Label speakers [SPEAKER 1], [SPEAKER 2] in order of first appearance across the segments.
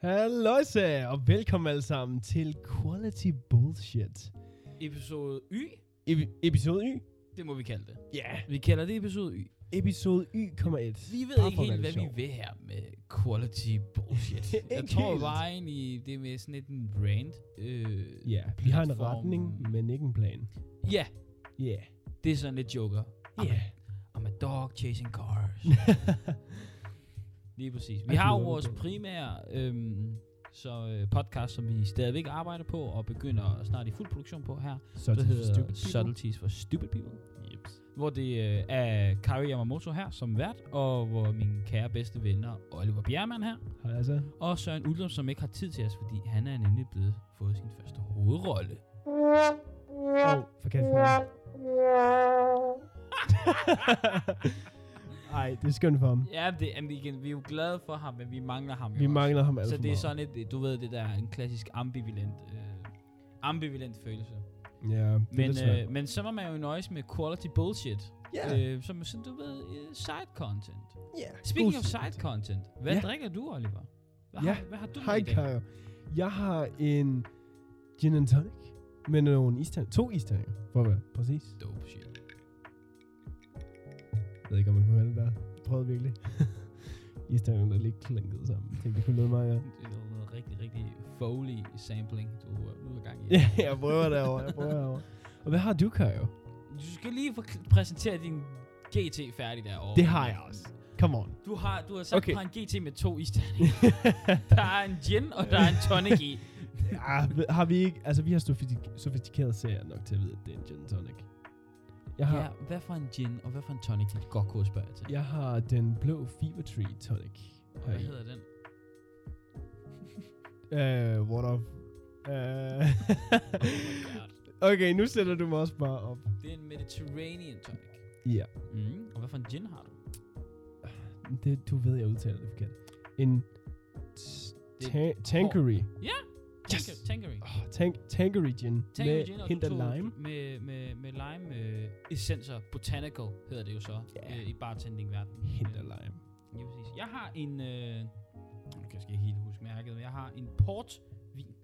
[SPEAKER 1] Halløjsa, og velkommen alle sammen til Quality Bullshit.
[SPEAKER 2] Episode Y,
[SPEAKER 1] Epi- episode Y?
[SPEAKER 2] det må vi kalde det.
[SPEAKER 1] Ja. Yeah.
[SPEAKER 2] Vi kalder det episode Y.
[SPEAKER 1] Episode Y,1.
[SPEAKER 2] Vi ved
[SPEAKER 1] Bare
[SPEAKER 2] ikke
[SPEAKER 1] for at
[SPEAKER 2] helt,
[SPEAKER 1] være
[SPEAKER 2] hvad
[SPEAKER 1] lidt
[SPEAKER 2] vi
[SPEAKER 1] sjov.
[SPEAKER 2] vil her med quality bullshit. Jeg
[SPEAKER 1] Ikke
[SPEAKER 2] tror
[SPEAKER 1] helt.
[SPEAKER 2] bare egentlig, det er med sådan lidt en brand. Øh,
[SPEAKER 1] Ja, vi har en
[SPEAKER 2] Platform.
[SPEAKER 1] retning, men ikke en plan.
[SPEAKER 2] Ja,
[SPEAKER 1] Ja. Yeah.
[SPEAKER 2] det er sådan lidt joker. I'm,
[SPEAKER 1] Ja.
[SPEAKER 2] a, I'm a dog chasing cars. Lige præcis. Vi
[SPEAKER 1] Jeg
[SPEAKER 2] har jo
[SPEAKER 1] glæder mig
[SPEAKER 2] vores
[SPEAKER 1] på det.
[SPEAKER 2] primære øhm, så, øh, podcast, som vi stadigvæk arbejder på, og begynder snart i fuld produktion på her.
[SPEAKER 1] Så
[SPEAKER 2] det hedder
[SPEAKER 1] Subtle.
[SPEAKER 2] Subtleties for Stupid People. Hvor det øh, er Kari Yamamoto her som vært, og hvor mine kære bedste venner Oliver Bjermann her,
[SPEAKER 1] Hej altså.
[SPEAKER 2] og Søren Uldum, som ikke har tid til os, fordi han er nemlig blevet fået sin første hovedrolle.
[SPEAKER 1] Åh, oh, forkert for ham. Ej, det er skønt for ham.
[SPEAKER 2] Ja, det, jamen igen, vi er jo glade for ham, men vi mangler ham jo
[SPEAKER 1] Vi
[SPEAKER 2] også.
[SPEAKER 1] mangler ham alt
[SPEAKER 2] Så
[SPEAKER 1] for
[SPEAKER 2] det er
[SPEAKER 1] meget.
[SPEAKER 2] sådan et, øh, du ved, det der er en klassisk ambivalent, øh, ambivalent følelse.
[SPEAKER 1] Ja, det er
[SPEAKER 2] Men,
[SPEAKER 1] lidt svært.
[SPEAKER 2] øh, men så må man jo nøjes med quality bullshit,
[SPEAKER 1] Ja,
[SPEAKER 2] øh, som er sådan, du ved, øh, side content.
[SPEAKER 1] ja.
[SPEAKER 2] Speaking of
[SPEAKER 1] God-
[SPEAKER 2] side content, hvad
[SPEAKER 1] Ja.
[SPEAKER 2] drikker du, Oliver? Hvad,
[SPEAKER 1] Ja.
[SPEAKER 2] har, hvad har du med
[SPEAKER 1] Hej,
[SPEAKER 2] i dag?
[SPEAKER 1] Kaja. Jeg har en gin and tonic med nogle isterninger. To isterninger, for at være præcis.
[SPEAKER 2] Dope shit.
[SPEAKER 1] Jeg ved ikke, om man kunne høre det der. Jeg prøvede virkelig. isterningerne er lidt klunket sammen. Jeg tænkte, det kunne lyde meget godt.
[SPEAKER 2] Det er noget rigtig, rigtig foley sampling, du er ude af gang i.
[SPEAKER 1] Ja, jeg prøver derovre. Jeg prøver derovre. Og hvad har du, Kaja?
[SPEAKER 2] Du skal lige forkl- præsentere din GT færdig derovre.
[SPEAKER 1] Det har jeg også. Come on.
[SPEAKER 2] Du har, du har sat
[SPEAKER 1] Okay.
[SPEAKER 2] okay. på en GT med to isterninger. der er en gin, og der er en tonic i.
[SPEAKER 1] Ja, har vi ikke... Altså, vi har sofistik- sofistikeret serier nok til at vide, at det er en gin and tonic. Jeg har,
[SPEAKER 2] Ja, hvad for en gin, og hvad for en tonic, kan godt kunne spørge til.
[SPEAKER 1] jeg har den blå Fever Tree tonic.
[SPEAKER 2] Hvad hedder den? Oh
[SPEAKER 1] Øh, what up? Øh. okay, nu sætter du mig også bare op.
[SPEAKER 2] Det er en Mediterranean tonic.
[SPEAKER 1] Ja.
[SPEAKER 2] Mm. Og hvad for en gin har du?
[SPEAKER 1] Det, du ved, jeg udtaler det forkert. En t-
[SPEAKER 2] Det-
[SPEAKER 1] ta- tankery. Yes!
[SPEAKER 2] Tanker- Tankery.
[SPEAKER 1] Oh, tank- tankery gin.
[SPEAKER 2] Tango
[SPEAKER 1] med
[SPEAKER 2] gin, og du
[SPEAKER 1] hint og
[SPEAKER 2] tog
[SPEAKER 1] lime.
[SPEAKER 2] Med, med, med lime øh, essenser, botanical hedder det jo så,
[SPEAKER 1] Ja.
[SPEAKER 2] yeah. øh, i bartending-verdenen.
[SPEAKER 1] Hint og
[SPEAKER 2] Øh,
[SPEAKER 1] lime.
[SPEAKER 2] Ja, præcis. Jeg har en, øh, nu kan jeg skal ikke helt huske mærket, men jeg har en portvin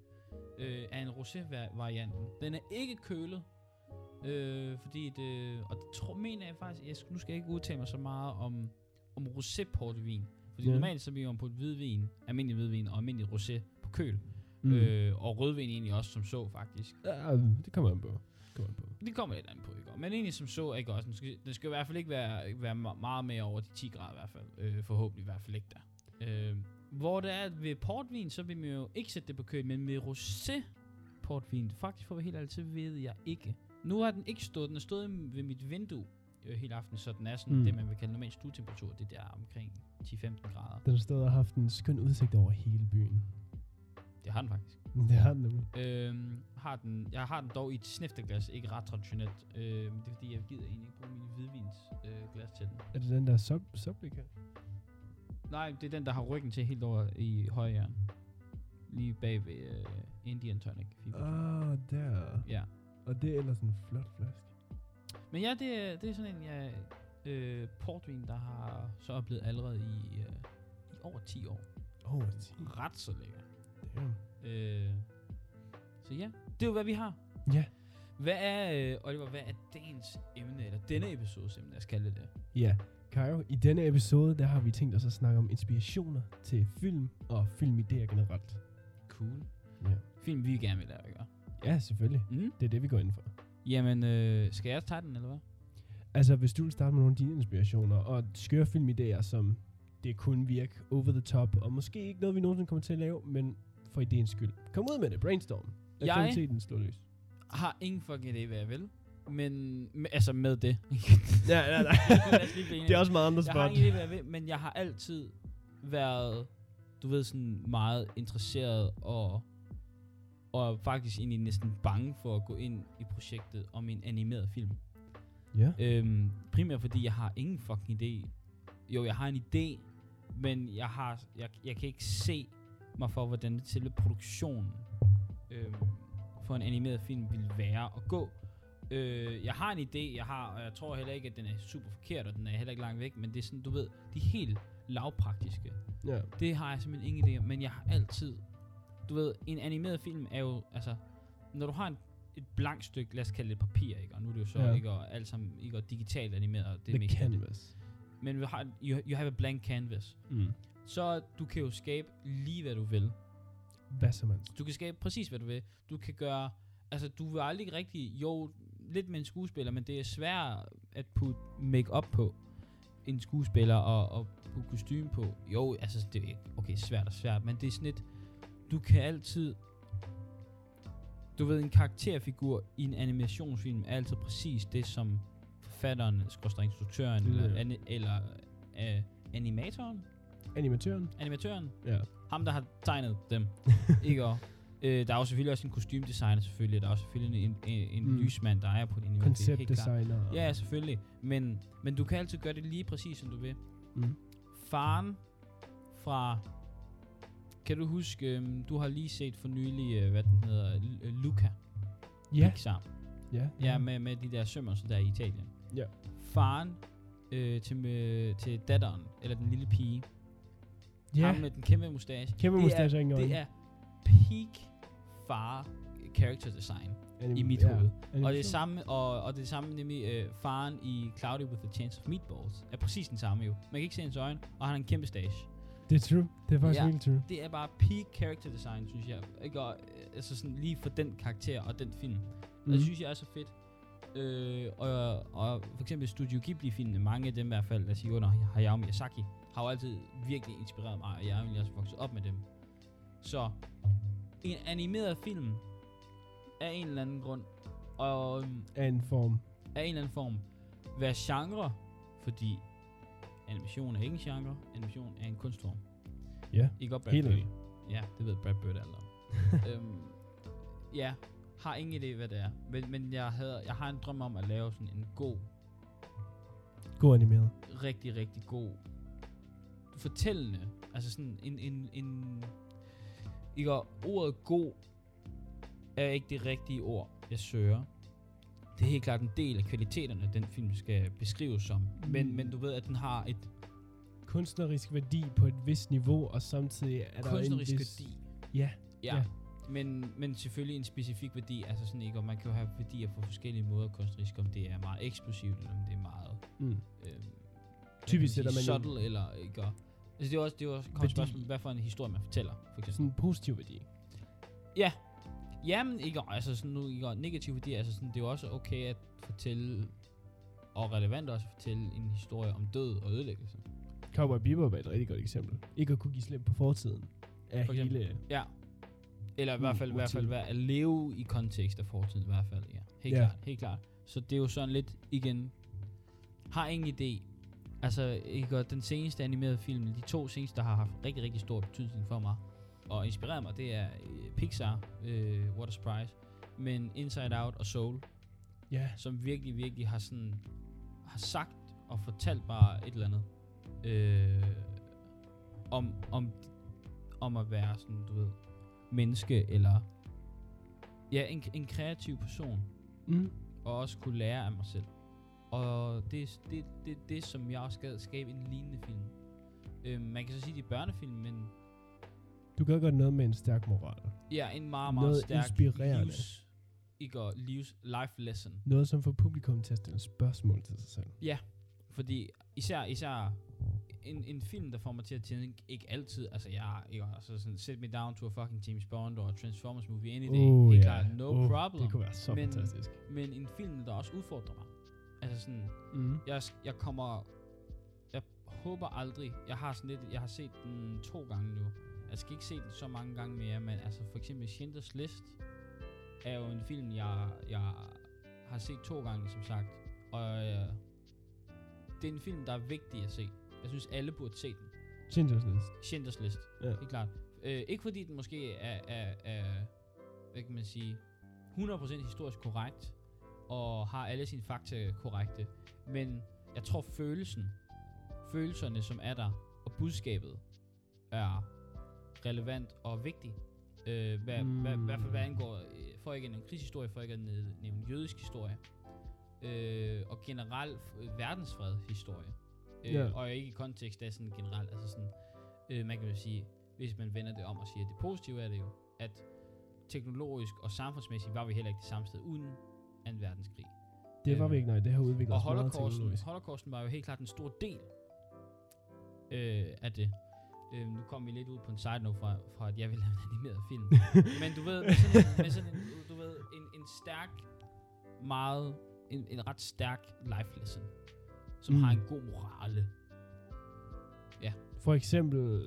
[SPEAKER 2] øh, af en rosé-varianten. Den er ikke kølet, øh, fordi det, og det tror, mener jeg faktisk, jeg, skal- nu skal jeg ikke udtale mig så meget om, om rosé-portvin.
[SPEAKER 1] Ja.
[SPEAKER 2] Fordi yeah. normalt så er vi jo på et hvidvin, almindelig hvidvin og almindelig rosé på køl.
[SPEAKER 1] Mm.
[SPEAKER 2] Mm.
[SPEAKER 1] Øh.
[SPEAKER 2] Øh, og rødvin egentlig også som så, faktisk.
[SPEAKER 1] det kommer an på. Det kommer an på.
[SPEAKER 2] Det kommer lidt an på, ikke? Men egentlig som så, ikke også? Den skal, den skal i hvert fald ikke være, være me- meget mere over de 10 grader i hvert fald. Øh, forhåbentlig i hvert fald ikke der. Øh, hvor det er, at ved portvin, så vil man jo ikke sætte det på køl, men med rosé portvin, faktisk for at være helt ærlig, så ved jeg ikke. Nu har den ikke stået, den har stået i- ved mit vindue øh, hele aftenen, så den er sådan
[SPEAKER 1] Mm.
[SPEAKER 2] mm. det, man vil kalde normal stuetemperatur, det der omkring 10-15 grader.
[SPEAKER 1] Den har stået og haft en skøn udsigt over hele byen.
[SPEAKER 2] Det har den faktisk.
[SPEAKER 1] Det har den nemlig.
[SPEAKER 2] Øhm, har den, jeg har den dog i et snifterglas, ikke ret traditionelt. Øh, men det er fordi, jeg gider egentlig ikke bruge min hvidvinsglas øh, glas til den.
[SPEAKER 1] Er det den der sub sublika?
[SPEAKER 2] Nej, det er den, der har ryggen til helt over i højre hjørne. Lige bag ved øh, Indian Tonic.
[SPEAKER 1] Ah, der.
[SPEAKER 2] Ja.
[SPEAKER 1] Og det er ellers en flot flaske.
[SPEAKER 2] Men ja, det, er- det er sådan en ja, øh, portvin, der har så oplevet allerede i, øh, i over 10 år.
[SPEAKER 1] Åh, oh, det
[SPEAKER 2] Ret så lækker.
[SPEAKER 1] damn.
[SPEAKER 2] Øh, så ja, det er jo, hvad vi har.
[SPEAKER 1] Ja.
[SPEAKER 2] Hvad er, øh, Oliver, hvad er dagens emne, eller denne episodes emne, lad os kalde det det?
[SPEAKER 1] Ja, Kajo, i denne episode, der har vi tænkt os at snakke om inspirationer til film og filmidéer generelt.
[SPEAKER 2] Cool.
[SPEAKER 1] Ja.
[SPEAKER 2] Film, vi gerne vil lave, ikke?
[SPEAKER 1] Ja, selvfølgelig.
[SPEAKER 2] Mm.
[SPEAKER 1] Det er det, vi går ind for.
[SPEAKER 2] Jamen, øh, skal jeg tage den, eller hvad?
[SPEAKER 1] Altså, hvis du vil starte med nogle af dine inspirationer og skøre filmidéer, som det kunne virke over the top, og måske ikke noget, vi nogensinde kommer til at lave, men for ideens skyld. Kom ud med det, brainstorm. Lad
[SPEAKER 2] Jeg-
[SPEAKER 1] kreativiteten slå løs.
[SPEAKER 2] Har ingen fucking idé, hvad jeg vil. Men, me- altså med det.
[SPEAKER 1] Ja, nej, nej.
[SPEAKER 2] Lad os lige blive enige.
[SPEAKER 1] også meget andre
[SPEAKER 2] jeg har ingen idé, hvad jeg vil, men jeg har altid været, du ved, sådan meget interesseret og, og faktisk egentlig næsten bange for at gå ind i projektet om en animeret film.
[SPEAKER 1] Ja.
[SPEAKER 2] Øhm, primært fordi jeg har ingen fucking idé. Jo, jeg har en idé, men jeg, har, jeg, jeg kan ikke se mig for, hvordan selve produktionen øhm, for en animeret film vil være at gå. Øh, jeg har en idé, jeg har, og jeg tror heller ikke, at den er super forkert, og den er heller ikke langt væk, men det er sådan, du ved, de helt lavpraktiske.
[SPEAKER 1] Ja.
[SPEAKER 2] Det har jeg simpelthen ingen idé om, men jeg har altid... Du ved, en animeret film er jo... Altså, når du har en, et blankt stykke, lad os kalde det papir, ikke? Og nu er det jo så
[SPEAKER 1] Ja.
[SPEAKER 2] ja. ikke og alt sammen ikke og digitalt animeret, og det
[SPEAKER 1] The
[SPEAKER 2] er mest af det.
[SPEAKER 1] canvas.
[SPEAKER 2] Men vi har, you, you have a blank canvas.
[SPEAKER 1] Mm.
[SPEAKER 2] Så du kan jo skabe lige, hvad du vil.
[SPEAKER 1] Hvad så, mand?
[SPEAKER 2] Du kan skabe præcis, hvad du vil. Du kan gøre... Altså, du vil aldrig rigtig... Jo, lidt med en skuespiller, men det er sværere at putte make-up på en skuespiller og, og putte kostume på. Jo, altså, det er okay, svært og svært, men det er sådan lidt... Du kan altid... Du ved, en karakterfigur i en animationsfilm er altid præcis det, som forfatteren, skorstræk instruktøren,
[SPEAKER 1] Det er
[SPEAKER 2] eller,
[SPEAKER 1] det.
[SPEAKER 2] an, eller øh, animatoren,
[SPEAKER 1] Animatøren?
[SPEAKER 2] animatøren,
[SPEAKER 1] Ja.
[SPEAKER 2] ham, der har tegnet dem. ikke og, øh, der er jo selvfølgelig også en kostymdesigner, selvfølgelig. Der er også selvfølgelig en, en, en
[SPEAKER 1] Mm.
[SPEAKER 2] mm. lysmand, der er på det niveau. det er helt klart.
[SPEAKER 1] Konceptdesigner. og-
[SPEAKER 2] Ja, selvfølgelig. Men, men du kan altid gøre det lige præcis, som du vil.
[SPEAKER 1] Mm.
[SPEAKER 2] Faren fra... Kan du huske, øhm, du har lige set for nylig, øh, hvad den hedder, L- øh, Luca
[SPEAKER 1] Ja.
[SPEAKER 2] Pixar.
[SPEAKER 1] Ja.
[SPEAKER 2] Ja, med, med de der sømmer, der er i Italien.
[SPEAKER 1] Ja.
[SPEAKER 2] Faren øh, til, øh, til datteren, eller den lille pige.
[SPEAKER 1] ja.
[SPEAKER 2] Ham med den kæmpe mustache.
[SPEAKER 1] Kæmpe
[SPEAKER 2] Det er-
[SPEAKER 1] mustache og ingen
[SPEAKER 2] Det
[SPEAKER 1] øjne.
[SPEAKER 2] er peak far character design.
[SPEAKER 1] Anim-
[SPEAKER 2] i mit
[SPEAKER 1] ja.
[SPEAKER 2] hoved. Og det er
[SPEAKER 1] Animation.
[SPEAKER 2] samme, og, og det er samme nemlig øh, faren i Cloudy with a Chance of Meatballs. Er præcis den samme jo. Man kan ikke se hans øjne, og han har en kæmpe stage.
[SPEAKER 1] Det er true. Det er faktisk
[SPEAKER 2] Ja.
[SPEAKER 1] virkelig true.
[SPEAKER 2] Det er bare peak character design, synes jeg. Ikke? Og, øh, altså sådan lige for den karakter og den film. Mm.
[SPEAKER 1] Mhm.
[SPEAKER 2] Det synes jeg er så fedt. Øh, og, og for eksempel Studio Ghibli-filmene, mange af dem i hvert fald, der siger under Hayao Miyazaki, har jo altid virkelig inspireret mig, og jeg er egentlig også vokset op med dem. Så en animeret film af en eller anden grund, og øhm,
[SPEAKER 1] Er en form.
[SPEAKER 2] af en eller anden form, være genre, fordi animation er ikke en genre, animation er en kunstform.
[SPEAKER 1] Ja,
[SPEAKER 2] Ikke op Brad
[SPEAKER 1] helt
[SPEAKER 2] Bird.
[SPEAKER 1] enig.
[SPEAKER 2] Ja, det ved Brad Bird alt om. øhm, ja, har ingen idé, hvad det er. Men, men jeg, havde, jeg har en drøm om at lave sådan en god,
[SPEAKER 1] God animeret.
[SPEAKER 2] rigtig, rigtig god, fortællende, altså sådan en, en, en ikke og ordet god er ikke det rigtige ord, jeg søger. Det er helt klart en del af kvaliteterne, den film skal beskrives som. Men,
[SPEAKER 1] Mm.
[SPEAKER 2] men du ved, at den har et
[SPEAKER 1] Kunstnerisk værdi på et vist niveau, og samtidig er der en
[SPEAKER 2] kunstnerisk
[SPEAKER 1] vis...
[SPEAKER 2] værdi.
[SPEAKER 1] Ja,
[SPEAKER 2] Ja.
[SPEAKER 1] Ja.
[SPEAKER 2] ja. Men, men selvfølgelig en specifik værdi, altså sådan ikke, og man kan jo have værdier på forskellige måder kunstnerisk, om det er meget eksplosivt, eller om det er meget
[SPEAKER 1] Mm.
[SPEAKER 2] øh, hvad kan
[SPEAKER 1] Typisk sætter
[SPEAKER 2] sige,
[SPEAKER 1] man jo
[SPEAKER 2] subtle, eller ikke, og, altså det er også, det er også
[SPEAKER 1] Værdi.
[SPEAKER 2] et spørgsmål, hvad for en historie man fortæller, for eksempel.
[SPEAKER 1] sådan en positiv værdi.
[SPEAKER 2] Jamen, ikke, og altså sådan nu, ikke, og negativ værdi, altså sådan, det er jo også okay at fortælle, og relevant også at fortælle en historie om død og ødelæggelse.
[SPEAKER 1] Cowboy Bebop er et rigtig godt eksempel. Ikke at kunne give slip på fortiden. Er
[SPEAKER 2] For
[SPEAKER 1] hele...
[SPEAKER 2] eksempel. Ja. Eller i
[SPEAKER 1] Mm,
[SPEAKER 2] hvert fald, i hvert fald
[SPEAKER 1] motivet.
[SPEAKER 2] være at leve i kontekst af fortiden, i hvert fald, ja. Helt
[SPEAKER 1] Ja.
[SPEAKER 2] klart, helt klart. Så det er jo sådan lidt, igen, har ingen idé. Altså, ikke, og den seneste animerede film, de to seneste, der har haft rigtig, rigtig stor betydning for mig, og inspireret mig, det er øh, Pixar, øh, What a Surprise, men Inside Out og Soul,
[SPEAKER 1] Ja,
[SPEAKER 2] som virkelig, virkelig har sådan, har sagt og fortalt mig et eller andet, øh, om, om, om at være sådan, du ved, menneske, eller ja, en, en kreativ person,
[SPEAKER 1] mm.
[SPEAKER 2] og også kunne lære af mig selv. Og det er det, det, er det som jeg også skal skabe en lignende film. Øh, man kan så sige, det er børnefilm, men
[SPEAKER 1] Du gør godt noget med en stærk moral.
[SPEAKER 2] ja, en meget, meget
[SPEAKER 1] Noget
[SPEAKER 2] stærk
[SPEAKER 1] inspirerende.
[SPEAKER 2] livs, ikke, og livs, life lesson.
[SPEAKER 1] Noget, som får publikum til at stille spørgsmål til sig selv.
[SPEAKER 2] Fordi især, især en, en film, der får mig til at tænke, ikke altid, altså jeg, jeg altså sådan, set me down to a fucking James Bond og Transformers movie, any day,
[SPEAKER 1] Oh,
[SPEAKER 2] helt
[SPEAKER 1] ja.
[SPEAKER 2] klart, no
[SPEAKER 1] Oh,
[SPEAKER 2] problem.
[SPEAKER 1] Det kunne være så
[SPEAKER 2] Men-
[SPEAKER 1] fantastisk.
[SPEAKER 2] Men en film, der også udfordrer mig. Altså sådan,
[SPEAKER 1] Mm.
[SPEAKER 2] jeg, jeg kommer, jeg håber aldrig, jeg har sådan lidt, jeg har set den to gange nu. Jeg skal ikke se den så mange gange mere, men altså for eksempel Schindlers List er jo en film, jeg, jeg har set to gange, som sagt. Og øh, det er en film, der er vigtig at se. Jeg synes, alle burde se den.
[SPEAKER 1] Schindler's List.
[SPEAKER 2] Schindlers List,
[SPEAKER 1] Ja.
[SPEAKER 2] helt klart. Øh, ikke fordi den måske er, er, er, hvad kan man sige, 100% historisk korrekt, og har alle sine fakta korrekte, men jeg tror følelsen, følelserne som er der, og budskabet er relevant og vigtig. Øh, hvad, mm. hvad,
[SPEAKER 1] Mm.
[SPEAKER 2] hvad, for, hvad angår, øh, for ikke at nævne krigshistorie, for ikke at nævne nævne jødisk historie, øh, og generelt øh, verdensfred historie. øh,
[SPEAKER 1] Ja.
[SPEAKER 2] og ikke i kontekst af sådan generelt, altså sådan, øh, man kan jo sige, hvis man vender det om og siger, at det positive er det jo, at teknologisk og samfundsmæssigt var vi heller ikke det samme sted uden 2. verdenskrig.
[SPEAKER 1] Det var
[SPEAKER 2] Øh,
[SPEAKER 1] vi ikke, nej. Det har udviklet
[SPEAKER 2] Og
[SPEAKER 1] os meget
[SPEAKER 2] holocausten,
[SPEAKER 1] teknologisk.
[SPEAKER 2] holocausten var jo helt klart en stor del øh, af det. Øh, nu kom vi lidt ud på en side note fra, fra at jeg ville lave en animeret film. Men du ved, med sådan en, med sådan en, du ved, en, en stærk, meget, en, en ret stærk life lesson, som
[SPEAKER 1] Mm.
[SPEAKER 2] mm. har en god morale.
[SPEAKER 1] For eksempel,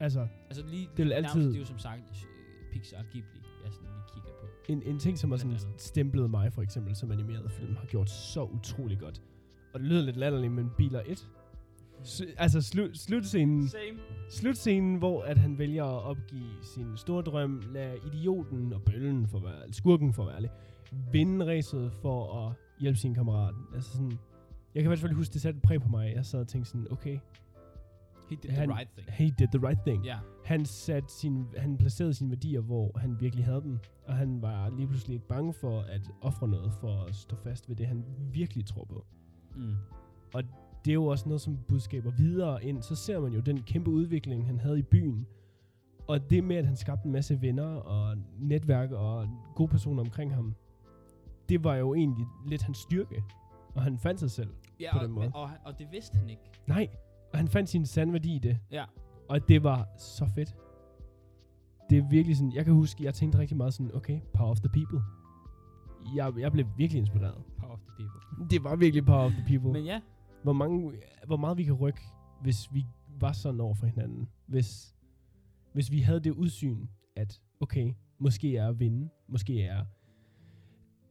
[SPEAKER 1] altså,
[SPEAKER 2] Altså lige,
[SPEAKER 1] Det vil
[SPEAKER 2] nærmest,
[SPEAKER 1] altid-
[SPEAKER 2] det er jo som sagt øh, Pixar og Ghibli, jeg sådan lige kigger på.
[SPEAKER 1] en, en ting, som har sådan
[SPEAKER 2] Blandt andet.
[SPEAKER 1] stemplet mig, for eksempel, som animeret film, har gjort så utrolig godt. Og det lyder lidt latterligt, men Biler 1. S- altså, slu- slutscenen...
[SPEAKER 2] Same.
[SPEAKER 1] Slutscenen, hvor at han vælger at opgive sin store drøm, lade idioten og bøllen, for at være, skurken for at være ærlig, vinde racet for at hjælpe sin kammerat. Altså sådan, jeg kan i hvert fald huske, det satte et præg på mig. Jeg sad og tænkte sådan, okay,
[SPEAKER 2] He did
[SPEAKER 1] Han-
[SPEAKER 2] the right thing.
[SPEAKER 1] he did the right thing.
[SPEAKER 2] Ja,
[SPEAKER 1] Han, satte sin, han placerede sine værdier, hvor han virkelig havde dem, og han var lige pludselig ikke bange for at ofre noget for at stå fast ved det, han virkelig tror på.
[SPEAKER 2] mm.
[SPEAKER 1] det er jo også noget, som budskaber videre ind. Så ser man jo den kæmpe udvikling, han havde i byen. Og det med, at han skabte en masse venner og netværk og gode personer omkring ham, det var jo egentlig lidt hans styrke. Og han fandt sig selv.
[SPEAKER 2] ja
[SPEAKER 1] På
[SPEAKER 2] og,
[SPEAKER 1] den måde.
[SPEAKER 2] Og, og, og det vidste han ikke.
[SPEAKER 1] Nej, og han fandt sin sande værdi i det.
[SPEAKER 2] Ja.
[SPEAKER 1] Og det var så fedt. Det er virkelig sådan, jeg kan huske, jeg tænkte rigtig meget sådan, okay, power of the people. Jeg, jeg blev virkelig inspireret.
[SPEAKER 2] Power of the people.
[SPEAKER 1] Det var virkelig power of the people.
[SPEAKER 2] Men ja,
[SPEAKER 1] hvor, mange, hvor meget vi kan rykke, hvis vi var sådan over for hinanden. Hvis, hvis vi havde det udsyn, at okay, måske er at vinde, måske er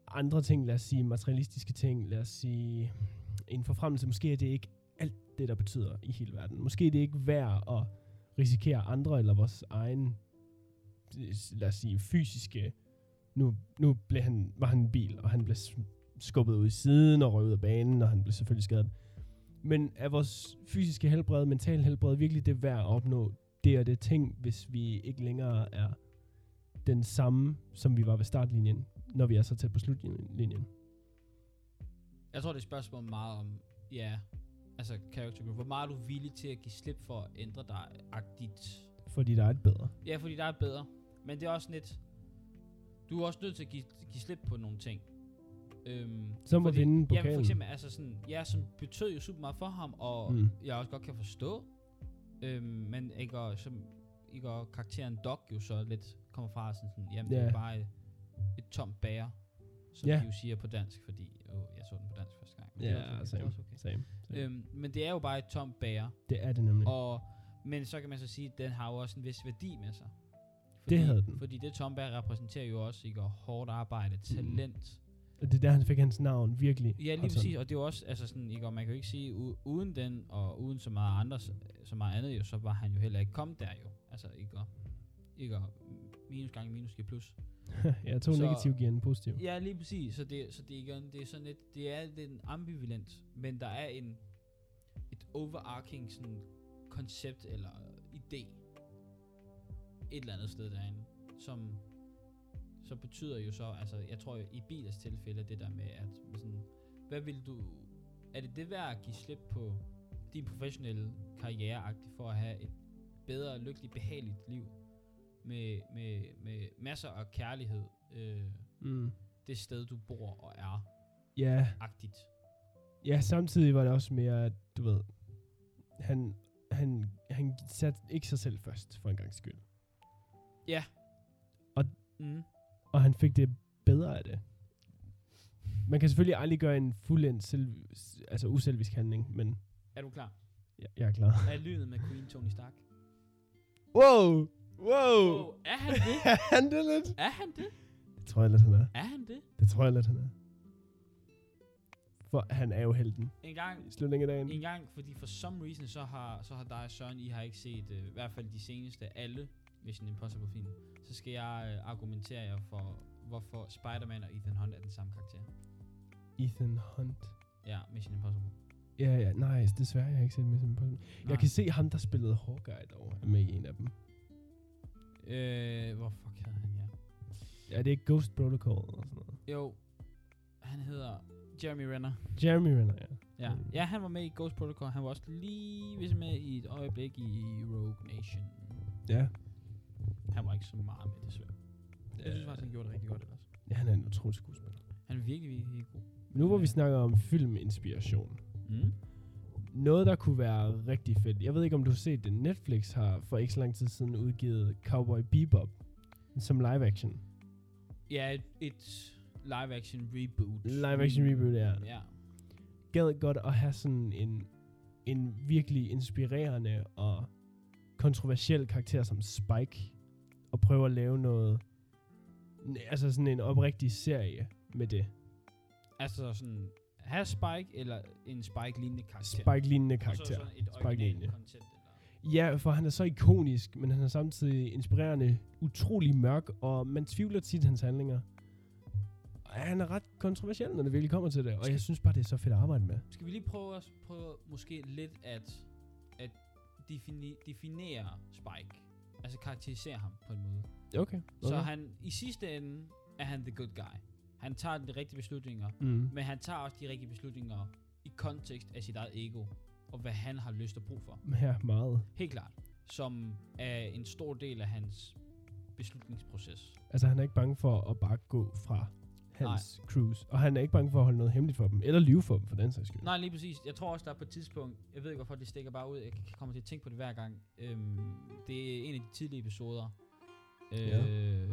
[SPEAKER 1] andre ting, lad os sige materialistiske ting, lad os sige en forfremmelse, måske er det ikke alt det, der betyder i hele verden. Måske er det ikke værd at risikere andre eller vores egen, lad os sige, fysiske, nu, nu blev han, var han en bil, og han blev s- skubbet ud i siden og røget ud af banen, og han blev selvfølgelig skadet. Men er vores fysiske helbred, mentale helbred, virkelig det værd at opnå det og det ting, hvis vi ikke længere er den samme, som vi var ved startlinjen, når vi er så tæt på slutlinjen?
[SPEAKER 2] Jeg tror, det er et spørgsmål meget om, ja, altså character group. Hvor meget er du villig til at give slip for at ændre dig agtigt?
[SPEAKER 1] Fordi der er et bedre.
[SPEAKER 2] Ja, fordi der er bedre. Men det er også lidt... Du er også nødt til at give, give slip på nogle ting. Øhm,
[SPEAKER 1] Som at
[SPEAKER 2] fordi-
[SPEAKER 1] vinde
[SPEAKER 2] Ja, men
[SPEAKER 1] pokalen.
[SPEAKER 2] for eksempel, altså sådan, ja, som betød jo super meget for ham, og
[SPEAKER 1] Mm.
[SPEAKER 2] mm. jeg også godt kan forstå. Øhm, men ikke og, som, ikke og karakteren Doc jo så lidt kommer fra sådan, sådan jamen det
[SPEAKER 1] Ja.
[SPEAKER 2] er bare et, et tomt bære, som
[SPEAKER 1] Ja.
[SPEAKER 2] de jo siger på dansk, fordi åh, jeg så den på dansk første gang. men det
[SPEAKER 1] Ja, altså,
[SPEAKER 2] er også okay, det er
[SPEAKER 1] same,
[SPEAKER 2] også okay.
[SPEAKER 1] same, same.
[SPEAKER 2] Øhm, men det er jo bare et tomt bære.
[SPEAKER 1] Det er det nemlig.
[SPEAKER 2] Og, men så kan man så sige, at den har jo også en vis værdi med sig.
[SPEAKER 1] havde den.
[SPEAKER 2] Fordi det tomme bær repræsenterer jo også ikke, og hårdt arbejde, talent.
[SPEAKER 1] Og det er der, han fik hans navn, virkelig.
[SPEAKER 2] Ja, lige
[SPEAKER 1] Og sådan.
[SPEAKER 2] præcis. Og det er jo også, altså sådan, ikke, og man kan jo ikke sige, u- uden den og uden så meget, andre, så meget andet, jo, så var han jo heller ikke kommet der jo. Altså ikke, og, ikke og minus gange minus giver plus.
[SPEAKER 1] jeg tog
[SPEAKER 2] Så-
[SPEAKER 1] negativ giver en positiv.
[SPEAKER 2] Ja, lige præcis. Så det, så det, igen, det er sådan lidt, det er lidt en ambivalent, men der er en, et overarching sådan, koncept eller idé et eller andet sted derinde, som så betyder jo så, altså jeg tror jo, i bilers tilfælde det der med, at sådan, hvad vil du, er det det værd at give slip på din professionelle karriere for at have et bedre, lykkeligt, behageligt liv med, med, med masser af kærlighed, øh,
[SPEAKER 1] Mm.
[SPEAKER 2] det sted, du bor og er
[SPEAKER 1] Ja,
[SPEAKER 2] agtigt.
[SPEAKER 1] Ja, samtidig var det også mere, at du ved, han, han, han satte ikke sig selv først, for en gang skyld.
[SPEAKER 2] Mm.
[SPEAKER 1] Og han fik det bedre af det. Man kan selvfølgelig aldrig gøre en fuldendt, selv, altså uselvisk handling, men
[SPEAKER 2] Er du klar?
[SPEAKER 1] jeg, jeg er klar.
[SPEAKER 2] Er lynet med Queen Tony Stark?
[SPEAKER 1] Wow! Wow!
[SPEAKER 2] Oh, er han det?
[SPEAKER 1] han det lidt?
[SPEAKER 2] Er han det?
[SPEAKER 1] Det tror jeg lidt, han er.
[SPEAKER 2] Er han det?
[SPEAKER 1] Det tror jeg lidt, han er. For han er jo helten
[SPEAKER 2] En gang,
[SPEAKER 1] i slutningen af dagen.
[SPEAKER 2] en gang, fordi for some reason, så har, så har dig og Søren, I har ikke set, øh, i hvert fald de seneste, alle Mission Impossible film. Så skal jeg øh, argumentere jer for, hvorfor Spider-Man og Ethan Hunt er den samme karakter.
[SPEAKER 1] Ethan Hunt.
[SPEAKER 2] Ja, Mission Impossible.
[SPEAKER 1] Ja, ja, nej, nice. desværre, jeg har ikke set med på Jeg kan se ham, der spillede Hawkeye dog, er med i en af dem.
[SPEAKER 2] Øh, hvor fuck hedder han, ja?
[SPEAKER 1] Er det ikke Ghost Protocol eller sådan noget?
[SPEAKER 2] Jo, han hedder Jeremy Renner.
[SPEAKER 1] Jeremy Renner, ja.
[SPEAKER 2] Ja.
[SPEAKER 1] Mm.
[SPEAKER 2] ja, han var med i Ghost Protocol. Han var også lige vist med i et øjeblik i Rogue Nation.
[SPEAKER 1] Ja.
[SPEAKER 2] Han var ikke så meget med, desværre. Jeg synes
[SPEAKER 1] Øh,
[SPEAKER 2] faktisk, han gjorde det rigtig godt ellers.
[SPEAKER 1] ja, han er en utrolig skuespiller.
[SPEAKER 2] Han er virkelig, virkelig, virkelig god.
[SPEAKER 1] Men nu hvor vi
[SPEAKER 2] Ja.
[SPEAKER 1] snakker om filminspiration.
[SPEAKER 2] Mm.
[SPEAKER 1] Noget, der kunne være rigtig fedt. Jeg ved ikke, om du har set det. Netflix har for ikke så lang tid siden udgivet Cowboy Bebop som live action.
[SPEAKER 2] Ja, et, et live-action reboot. Mm.
[SPEAKER 1] Live action reboot, ja.
[SPEAKER 2] Ja.
[SPEAKER 1] Gad godt at have sådan en, en virkelig inspirerende og kontroversiel karakter som Spike. Og prøve at lave noget... Altså sådan en oprigtig serie med det.
[SPEAKER 2] Altså sådan, have Spike eller en Spike-lignende karakter.
[SPEAKER 1] Spike-lignende
[SPEAKER 2] Og så
[SPEAKER 1] karakter.
[SPEAKER 2] sådan et
[SPEAKER 1] Spike-lignende.
[SPEAKER 2] originalt koncept. eller-
[SPEAKER 1] Ja, for han er så ikonisk, men han er samtidig inspirerende, utrolig mørk, og man tvivler tit hans handlinger. Og han er ret kontroversiel, når det virkelig kommer til det, og jeg synes bare, det er så fedt at arbejde med.
[SPEAKER 2] Skal vi lige prøve at prøve måske lidt at, at defini- definere Spike? Altså karakterisere ham på en måde.
[SPEAKER 1] Okay.
[SPEAKER 2] Okay. Så han, i sidste ende er han the good guy. Han tager de rigtige beslutninger,
[SPEAKER 1] Mm.
[SPEAKER 2] men han tager også de rigtige beslutninger i kontekst af sit eget ego, og hvad han har lyst og brug for.
[SPEAKER 1] Ja, meget.
[SPEAKER 2] Helt klart. Som er en stor del af hans beslutningsproces.
[SPEAKER 1] Altså, han er ikke bange for at bare gå fra hans Nej. cruise, og han er ikke bange for at holde noget hemmeligt for dem, eller lyve for dem, for den sags skyld.
[SPEAKER 2] Nej, lige præcis. Jeg tror også, der er på et tidspunkt, jeg ved ikke hvorfor, det stikker bare ud, jeg kommer til at tænke på det hver gang. Øhm, det er en af de tidlige episoder. Øh,
[SPEAKER 1] Ja.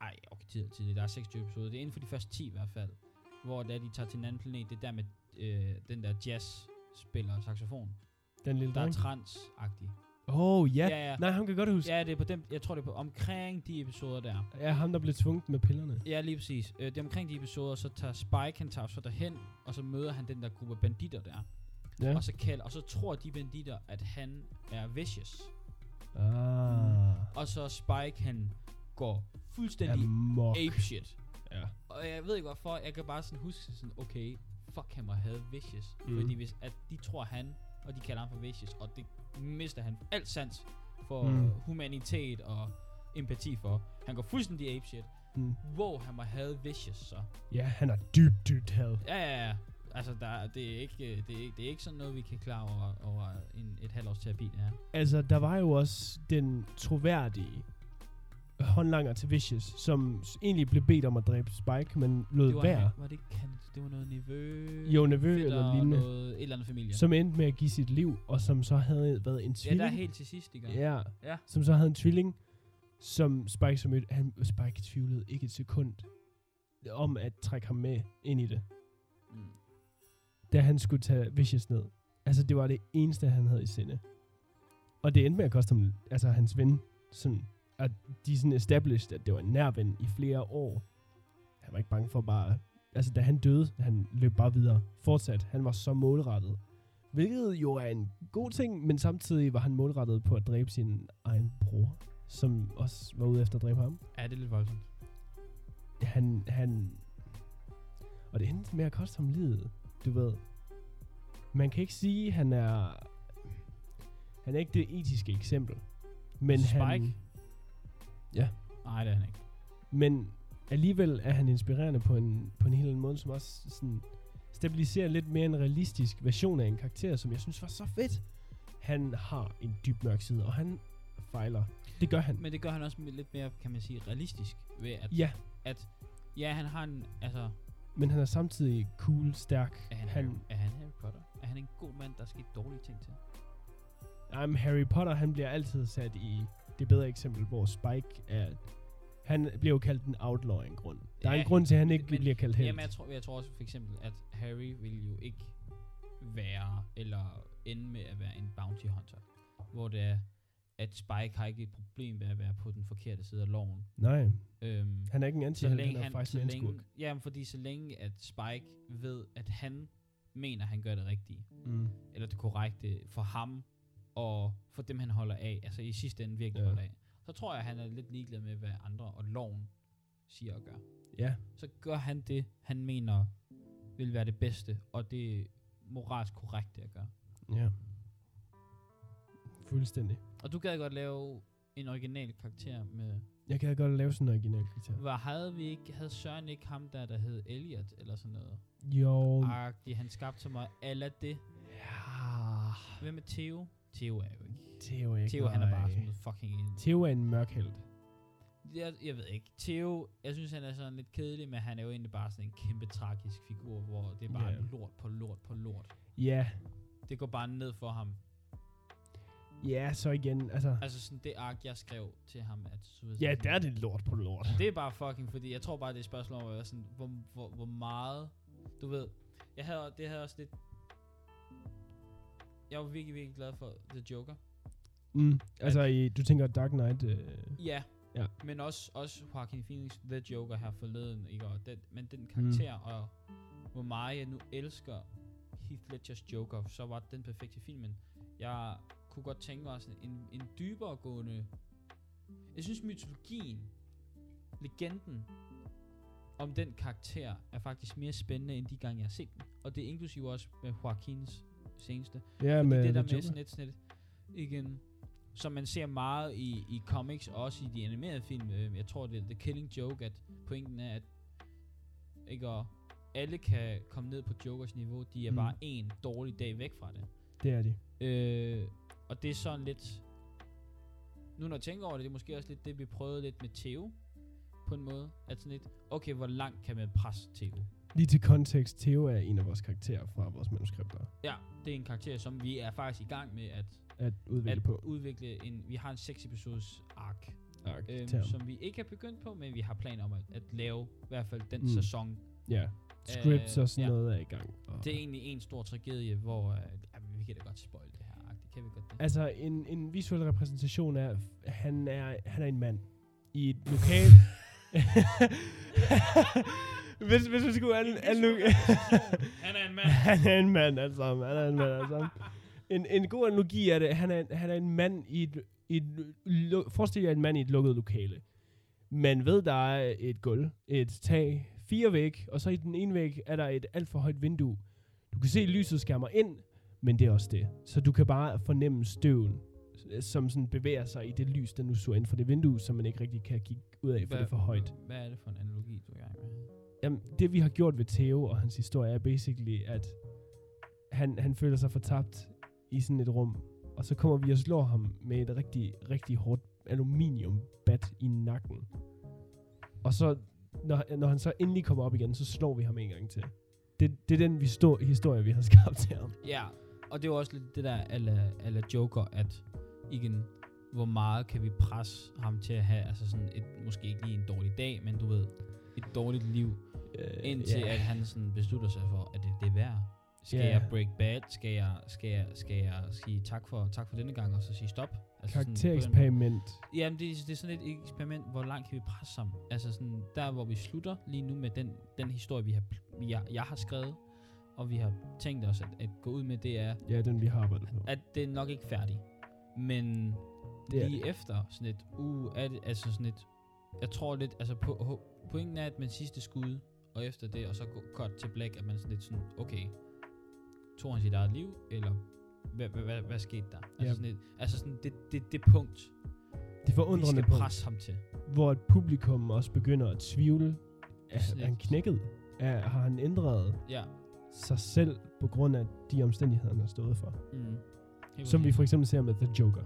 [SPEAKER 2] Ej, okay, tidligere, tidligere. Der er 26 episoder. Det er inden for de første 10 i hvert fald. Hvor da de tager til en anden planet, det er der med øh, den der jazz spiller saxofon.
[SPEAKER 1] Den lille
[SPEAKER 2] Der er
[SPEAKER 1] dreng.
[SPEAKER 2] trans-agtig.
[SPEAKER 1] Åh, oh, ja. ja.
[SPEAKER 2] ja.
[SPEAKER 1] Nej, ham kan jeg godt huske.
[SPEAKER 2] ja, det er på dem, jeg tror det er på omkring de episoder der.
[SPEAKER 1] Ja. ja, ham der blev tvunget med pillerne.
[SPEAKER 2] Ja, lige præcis. Øh, det er omkring de episoder, så tager Spike, han tager så derhen, og så møder han den der gruppe banditter der.
[SPEAKER 1] Ja.
[SPEAKER 2] Og så, kald, og så tror de banditter, at han er vicious.
[SPEAKER 1] Ah.
[SPEAKER 2] Og så Spike, han går
[SPEAKER 1] Er
[SPEAKER 2] fuldstændig
[SPEAKER 1] mok.
[SPEAKER 2] apeshit.
[SPEAKER 1] Ja.
[SPEAKER 2] Og jeg ved ikke hvorfor, jeg kan bare sådan huske sådan, okay, fuck han må have vicious.
[SPEAKER 1] Mm.
[SPEAKER 2] Mm. Fordi hvis at de tror han, og de kalder ham for vicious, og det mister han alt sans for
[SPEAKER 1] Mm.
[SPEAKER 2] mm. humanitet og empati for. Han går fuldstændig apeshit.
[SPEAKER 1] Mm.
[SPEAKER 2] Wow, han må have vicious så.
[SPEAKER 1] Ja, han er dybt, dybt had.
[SPEAKER 2] Ja, ja, ja. Altså, der, er- det, er ikke, øh, det, er ikke, det er ikke sådan noget, vi kan klare over, over en, et halvt års terapi, det her.
[SPEAKER 1] Altså, der var jo også den troværdige håndlanger til Vicious, som s- egentlig blev bedt om at dræbe Spike, men
[SPEAKER 2] Det
[SPEAKER 1] lod
[SPEAKER 2] var,
[SPEAKER 1] være,
[SPEAKER 2] var det ikke kan, det var noget nevø?
[SPEAKER 1] Jo, nevø
[SPEAKER 2] fætter
[SPEAKER 1] eller lignende.
[SPEAKER 2] Noget, et eller andet familie.
[SPEAKER 1] som endte med at give sit liv, og som så havde været en
[SPEAKER 2] ja,
[SPEAKER 1] tvilling.
[SPEAKER 2] der er helt til sidst, ikke?
[SPEAKER 1] ja,
[SPEAKER 2] Ja.
[SPEAKER 1] som så havde en tvilling, som Spike så mødte. Han, Spike tvivlede ikke et sekund om at trække ham med ind i det,
[SPEAKER 2] Mm.
[SPEAKER 1] da han skulle tage Vicious ned. Altså, det var det eneste, han havde i sinde. Og det endte med at koste ham, altså hans ven, sådan, at de sådan established, at det var en nær ven i flere år. Han var ikke bange for bare... Altså, da han døde, han løb bare videre. Fortsat, han var så målrettet. Hvilket jo er en god ting, men samtidig var han målrettet på at dræbe sin egen bror, som også var ude efter at dræbe ham.
[SPEAKER 2] Ja, det er lidt voldsomt.
[SPEAKER 1] Han, han... Og det endte med at koste ham livet, du ved. Man kan ikke sige, han er... Han er ikke det etiske eksempel. Men
[SPEAKER 2] Spike?
[SPEAKER 1] han...
[SPEAKER 2] Nej, det er han ikke.
[SPEAKER 1] Men alligevel er han inspirerende på en, på en helt anden måde, som også sådan stabiliserer lidt mere en realistisk version af en karakter, som jeg synes var så fedt. Han har en dyb mørk side, og han fejler. Det gør han. Men,
[SPEAKER 2] Men det gør han også med lidt mere, kan man sige, realistisk. Ved at,
[SPEAKER 1] ja,
[SPEAKER 2] at ja, han har en, altså,
[SPEAKER 1] men han er samtidig cool, stærk.
[SPEAKER 2] er han, han, er han Harry Potter? Er han en god mand, der skal dårlige ting til?
[SPEAKER 1] Jamen, Harry Potter, han bliver altid sat i det bedre eksempel, hvor Spike er... Han bliver jo kaldt en outlaw af en grund. Der er
[SPEAKER 2] Ja,
[SPEAKER 1] en grund til, at han ikke
[SPEAKER 2] men-
[SPEAKER 1] bliver kaldt helt.
[SPEAKER 2] Jamen, jeg tror, jeg tror også for eksempel, at Harry vil jo ikke være, eller ende med at være en bounty hunter. Hvor det er, at Spike har ikke et problem med at være på den forkerte side af loven.
[SPEAKER 1] Nej,
[SPEAKER 2] Øhm,
[SPEAKER 1] han er ikke en anti han er faktisk en skurk.
[SPEAKER 2] længe, jamen, fordi så længe at Spike ved, at han mener, han gør det rigtige,
[SPEAKER 1] Mm.
[SPEAKER 2] eller det korrekte for ham, og for dem, han holder af, altså i sidste ende virkelig
[SPEAKER 1] Ja.
[SPEAKER 2] ja. holder af, så tror jeg, han er lidt ligeglad med, hvad andre og loven siger og gør
[SPEAKER 1] Ja,
[SPEAKER 2] så gør han det, han mener vil være det bedste, og det moralsk korrekte at gøre.
[SPEAKER 1] ja. Fuldstændig.
[SPEAKER 2] Og du gad godt lave en original karakter med
[SPEAKER 1] Jeg kan godt lave sådan en original guitar.
[SPEAKER 2] Hvor havde vi ikke, havde Søren ikke ham der, der hed Elliot eller sådan noget?
[SPEAKER 1] Jo.
[SPEAKER 2] Ark, de, han skabte så meget ala det.
[SPEAKER 1] Ja.
[SPEAKER 2] Hvem er Theo? Theo er jo ikke.
[SPEAKER 1] Theo er ikke
[SPEAKER 2] Theo han er bare
[SPEAKER 1] nej.
[SPEAKER 2] sådan noget fucking en.
[SPEAKER 1] Theo er en mørk held.
[SPEAKER 2] Jeg, jeg ved ikke. Theo, jeg synes han er sådan lidt kedelig, men han er jo egentlig bare sådan en kæmpe tragisk figur, hvor det er bare
[SPEAKER 1] Ja.
[SPEAKER 2] yeah. lort på lort på lort.
[SPEAKER 1] Ja.
[SPEAKER 2] Det går bare ned for ham.
[SPEAKER 1] Ja, så igen, altså.
[SPEAKER 2] Altså sådan det ark, jeg skrev til ham. At, så
[SPEAKER 1] Ja, der er det lort på lort.
[SPEAKER 2] Det er bare fucking, fordi jeg tror bare, det er et spørgsmål om, at være sådan, hvor, hvor, hvor meget, du ved, jeg havde, det havde også lidt, jeg var virkelig, virkelig glad for The Joker.
[SPEAKER 1] Mm. Altså, i, du tænker Dark Knight. Øh,
[SPEAKER 2] Ja.
[SPEAKER 1] Ja.
[SPEAKER 2] Men også, også Joaquin Phoenix, The Joker her forleden, ikke? Og den, men den karakter, mm. og hvor meget jeg nu elsker Heath Ledger's Joker, så var den perfekt i filmen. Jeg kunne godt tænke mig sådan en, en dybere gående... Jeg synes mytologien, legenden om den karakter er faktisk mere spændende end de gange, jeg har set den. Og det er inklusive også med Joaquins seneste.
[SPEAKER 1] ja,
[SPEAKER 2] Fordi
[SPEAKER 1] med
[SPEAKER 2] det der
[SPEAKER 1] The
[SPEAKER 2] med sådan lidt, sådan lidt, igen, som man ser meget i, i comics, og også i de animerede film, øh, jeg tror det er The Killing Joke, at pointen er, at ikke, og alle kan komme ned på Jokers niveau, de er
[SPEAKER 1] Mm.
[SPEAKER 2] mm. bare en dårlig dag væk fra det.
[SPEAKER 1] Det er de.
[SPEAKER 2] Øh, og det er sådan lidt... Nu når jeg tænker over det, det er måske også lidt det, vi prøvede lidt med Theo, på en måde. At sådan lidt, okay, hvor langt kan man presse Theo?
[SPEAKER 1] Lige til kontekst, Theo er en af vores karakterer fra vores manuskripter
[SPEAKER 2] Ja, det er en karakter, som vi er faktisk i gang med at,
[SPEAKER 1] at udvikle
[SPEAKER 2] at
[SPEAKER 1] på.
[SPEAKER 2] udvikle en... Vi har en 6 episodes ark,
[SPEAKER 1] Ark,
[SPEAKER 2] øhm,
[SPEAKER 1] term.
[SPEAKER 2] som vi ikke er begyndt på, men vi har planer om at, at lave i hvert fald den
[SPEAKER 1] Mm.
[SPEAKER 2] mm. sæson.
[SPEAKER 1] ja, scripts
[SPEAKER 2] Øh,
[SPEAKER 1] og sådan
[SPEAKER 2] ja.
[SPEAKER 1] noget er i gang. Og
[SPEAKER 2] Det er egentlig en stor tragedie, hvor øh, jamen, vi kan da godt spoil det her. Det kan vi godt. Det.
[SPEAKER 1] Altså, en, en visuel repræsentation af, at han er, han er en mand i et lokal... hvis, hvis vi skulle alle... alle
[SPEAKER 2] Han er en mand.
[SPEAKER 1] han er en mand, altså. Han er en mand, altså. En, en god analogi er det, han er, han er en mand i et... I et lu- forestil jer en mand i et lukket lokale. Man ved, der er et gulv, et tag, fire væg, og så i den ene væg er der et alt for højt vindue. Du kan se, at lyset skærmer ind, men det er også det. Så du kan bare fornemme støven, s- som sådan bevæger sig i det lys, der nu så ind fra det vindue, som man ikke rigtig kan kigge ud af, for det er for højt.
[SPEAKER 2] Hvad er det for en analogi, du er i gang med?
[SPEAKER 1] Jamen, det vi har gjort ved Theo og hans historie er basically, at han, han føler sig fortabt i sådan et rum, og så kommer vi og slår ham med et rigtig, rigtig hårdt aluminiumbat i nakken. Og så, når, når han så endelig kommer op igen, så slår vi ham en gang til. Det, det er den vi stå, historie, vi har skabt til ham.
[SPEAKER 2] Ja, og det er jo også lidt det der ala, ala Joker, at igen, hvor meget kan vi presse ham til at have, altså sådan et, måske ikke lige en dårlig dag, men du ved, et dårligt liv,
[SPEAKER 1] Øh,
[SPEAKER 2] indtil
[SPEAKER 1] ja.
[SPEAKER 2] at han sådan beslutter sig for, at det, det er værd. Skal
[SPEAKER 1] Ja.
[SPEAKER 2] jeg break bad? Skal jeg, skal jeg, skal jeg sige tak for, tak for denne gang, og så sige stop? altså sådan på den måde.
[SPEAKER 1] Karaktereksperiment.
[SPEAKER 2] Jamen, det, er- det er sådan et eksperiment, hvor langt kan vi presse sammen? Altså sådan, der hvor vi slutter lige nu med den, den historie, vi har, vi har, jeg har skrevet, og vi har tænkt os at, at gå ud med, det er,
[SPEAKER 1] Ja, den vi har arbejdet på.
[SPEAKER 2] at det er nok ikke færdig. Men
[SPEAKER 1] Det er
[SPEAKER 2] lige efter, sådan et, uh, er det, altså sådan et, jeg tror lidt, altså på, ho- pointen er, at man sidste skud, og efter det, og så gå godt til Black, at man sådan lidt sådan, okay, tog han sit eget liv, eller hvad, hvad, hvad, hvad skete der? Altså,
[SPEAKER 1] Ja.
[SPEAKER 2] sådan et, altså sådan, det, det, det punkt,
[SPEAKER 1] Det
[SPEAKER 2] vi skal
[SPEAKER 1] forundrende punkt.
[SPEAKER 2] presse ham til.
[SPEAKER 1] hvor et publikum også begynder at tvivle. Er,
[SPEAKER 2] Sådan
[SPEAKER 1] er han
[SPEAKER 2] lidt.
[SPEAKER 1] knækket? Er, har han ændret
[SPEAKER 2] Ja.
[SPEAKER 1] sig selv på grund af de omstændigheder, han har stået for?
[SPEAKER 2] Mm. Helt
[SPEAKER 1] Som vi
[SPEAKER 2] præcis.
[SPEAKER 1] for eksempel ser med The Joker.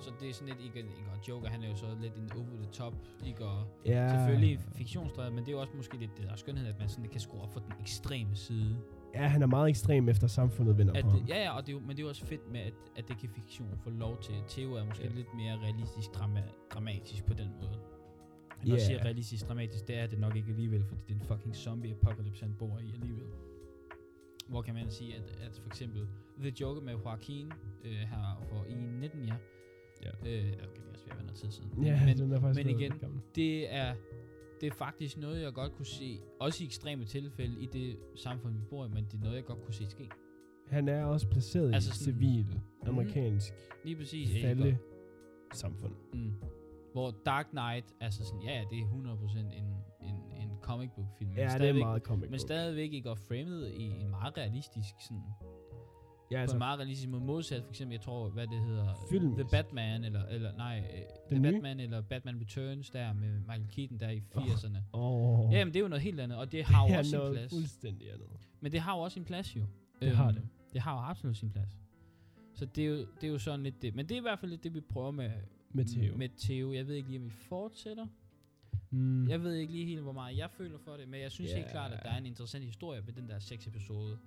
[SPEAKER 2] Så det er sådan lidt, ikke, ikke, og Joker, han er jo så lidt en over the top, ikke, og
[SPEAKER 1] Ja,
[SPEAKER 2] selvfølgelig fiktionsdrevet, men det er jo også måske lidt det der er skønhed, at man sådan kan skrue op for den ekstreme side.
[SPEAKER 1] Ja, han er meget ekstrem efter samfundet vender
[SPEAKER 2] At
[SPEAKER 1] på ham.
[SPEAKER 2] det, ja, ja, og det er jo, men det er jo også fedt med, at, at det kan fiktion få lov til. Theo er måske
[SPEAKER 1] Ja.
[SPEAKER 2] yeah. lidt mere realistisk drama, dramatisk på den måde. Når
[SPEAKER 1] Ja.
[SPEAKER 2] jeg siger realistisk dramatisk, det er det nok ikke alligevel, fordi det er en fucking zombie apocalypse, han bor i alligevel. Hvor kan man sige, at, at for eksempel The Joker med Joaquin øh, her for i 19, ja.
[SPEAKER 1] Ja.
[SPEAKER 2] Øh, okay, det er også ved at være noget tid siden.
[SPEAKER 1] Ja,
[SPEAKER 2] men,
[SPEAKER 1] den er faktisk
[SPEAKER 2] men
[SPEAKER 1] noget
[SPEAKER 2] igen,
[SPEAKER 1] gammel.
[SPEAKER 2] det er, det er faktisk noget, jeg godt kunne se, også i ekstreme tilfælde i det samfund, vi bor i, men det er noget, jeg godt kunne se ske.
[SPEAKER 1] Han er også placeret altså
[SPEAKER 2] Altså
[SPEAKER 1] i et
[SPEAKER 2] sådan-
[SPEAKER 1] civil, amerikansk,
[SPEAKER 2] Lige præcis. ikke?
[SPEAKER 1] falde samfund.
[SPEAKER 2] Mm. Hvor Dark Knight, altså sådan, ja, ja, det er 100% en, en, en comic book film.
[SPEAKER 1] Ja, det er meget comic
[SPEAKER 2] Men
[SPEAKER 1] book.
[SPEAKER 2] stadigvæk ikke, og framet i en meget realistisk sådan,
[SPEAKER 1] Ja,
[SPEAKER 2] altså,
[SPEAKER 1] altså,
[SPEAKER 2] på en meget realistisk måde. Modsat for eksempel, jeg tror, hvad det hedder, øh,
[SPEAKER 1] Film-
[SPEAKER 2] The Batman, eller, eller nej, øh, The
[SPEAKER 1] nye?
[SPEAKER 2] Batman, eller Batman Returns, der med Michael Keaton der i 80'erne.
[SPEAKER 1] åh,
[SPEAKER 2] Oh. Jamen, det er jo noget helt andet, og det har jo
[SPEAKER 1] ja,
[SPEAKER 2] også sin
[SPEAKER 1] noget
[SPEAKER 2] plads.
[SPEAKER 1] fuldstændig andet.
[SPEAKER 2] Men det har jo også sin plads, jo. Øhm,
[SPEAKER 1] Det har det.
[SPEAKER 2] Det har jo absolut sin plads. Så det er, jo, det er jo sådan lidt det. Men det er i hvert fald lidt det, vi prøver med,
[SPEAKER 1] Med Theo.
[SPEAKER 2] Mm, med Theo. Jeg ved ikke lige, om vi fortsætter.
[SPEAKER 1] mm.
[SPEAKER 2] Jeg ved ikke lige helt, hvor meget jeg føler for det, men jeg synes yeah. helt
[SPEAKER 1] Ja.
[SPEAKER 2] klart, at der er en interessant historie ved den der seks episode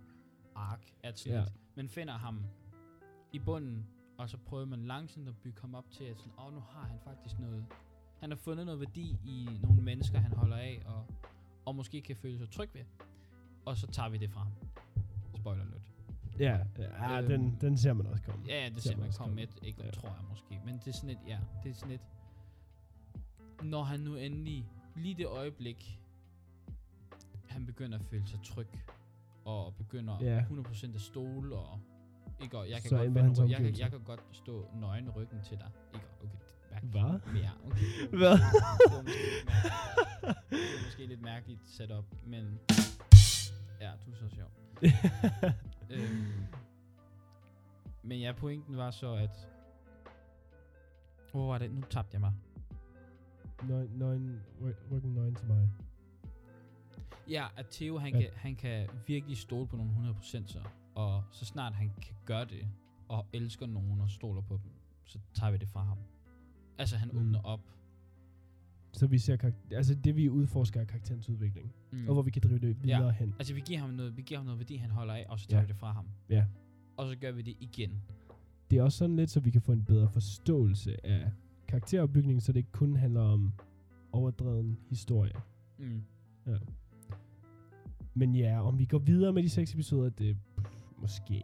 [SPEAKER 2] ark, at sådan
[SPEAKER 1] Ja.
[SPEAKER 2] yeah. man finder ham i bunden, og så prøver man langsomt at bygge ham op til, at sådan, oh, nu har han faktisk noget. Han har fundet noget værdi i nogle mennesker, han holder af, og, og måske kan føle sig tryg ved. Og så tager vi det fra ham. Spoiler alert.
[SPEAKER 1] Ja, ja
[SPEAKER 2] Øhm,
[SPEAKER 1] den, den ser man også komme.
[SPEAKER 2] Ja, ja, det
[SPEAKER 1] Ser
[SPEAKER 2] ser
[SPEAKER 1] man
[SPEAKER 2] man
[SPEAKER 1] også
[SPEAKER 2] komme med,
[SPEAKER 1] komme.
[SPEAKER 2] ikke,
[SPEAKER 1] Ja.
[SPEAKER 2] ja. tror jeg måske. Men det er sådan lidt, ja, det er sådan lidt, når han nu endelig, lige det øjeblik, han begynder at føle sig tryg, og begynder
[SPEAKER 1] Ja.
[SPEAKER 2] ja. 100% at stole, og ikke, og jeg kan,
[SPEAKER 1] Så
[SPEAKER 2] godt
[SPEAKER 1] ændrer
[SPEAKER 2] vende,
[SPEAKER 1] hans
[SPEAKER 2] ry- jeg, kan,
[SPEAKER 1] omgivelser.
[SPEAKER 2] jeg kan godt stå nøgen ryggen til dig. Ikke, og- okay, det er mærkeligt.
[SPEAKER 1] Hvad?
[SPEAKER 2] Men Ja, okay. det var-
[SPEAKER 1] Hvad?
[SPEAKER 2] Det var måske lidt mærkeligt. Det var måske lidt mærkeligt setup, men ja, du er så sjov. øhm, men ja, pointen var så, at... Hvor var det? Nu tabte jeg mig.
[SPEAKER 1] Nøgen, nøgen, ry- ryggen nøgen til mig.
[SPEAKER 2] Ja, at Theo, han,
[SPEAKER 1] Ja.
[SPEAKER 2] ja. kan, han kan virkelig stole på nogle 100% så. Og så snart han kan gøre det, og elsker nogen og stoler på dem, så tager vi det fra ham. Altså, han
[SPEAKER 1] Mm.
[SPEAKER 2] mm. åbner op.
[SPEAKER 1] Så vi ser, karakter- altså det vi udforsker er karakterens udvikling. Mm. Og hvor vi kan drive det videre ja. hen.
[SPEAKER 2] Altså, vi giver, ham noget, vi giver ham noget værdi, han holder af, og så tager
[SPEAKER 1] Ja.
[SPEAKER 2] ja. vi det fra ham.
[SPEAKER 1] Ja.
[SPEAKER 2] Og så gør vi det igen.
[SPEAKER 1] Det er også sådan lidt, så vi kan få en bedre forståelse af karakteropbygningen, så det ikke kun handler om overdreven historie.
[SPEAKER 2] Mm.
[SPEAKER 1] Men ja, om vi går videre med de seks episoder, det pff, måske.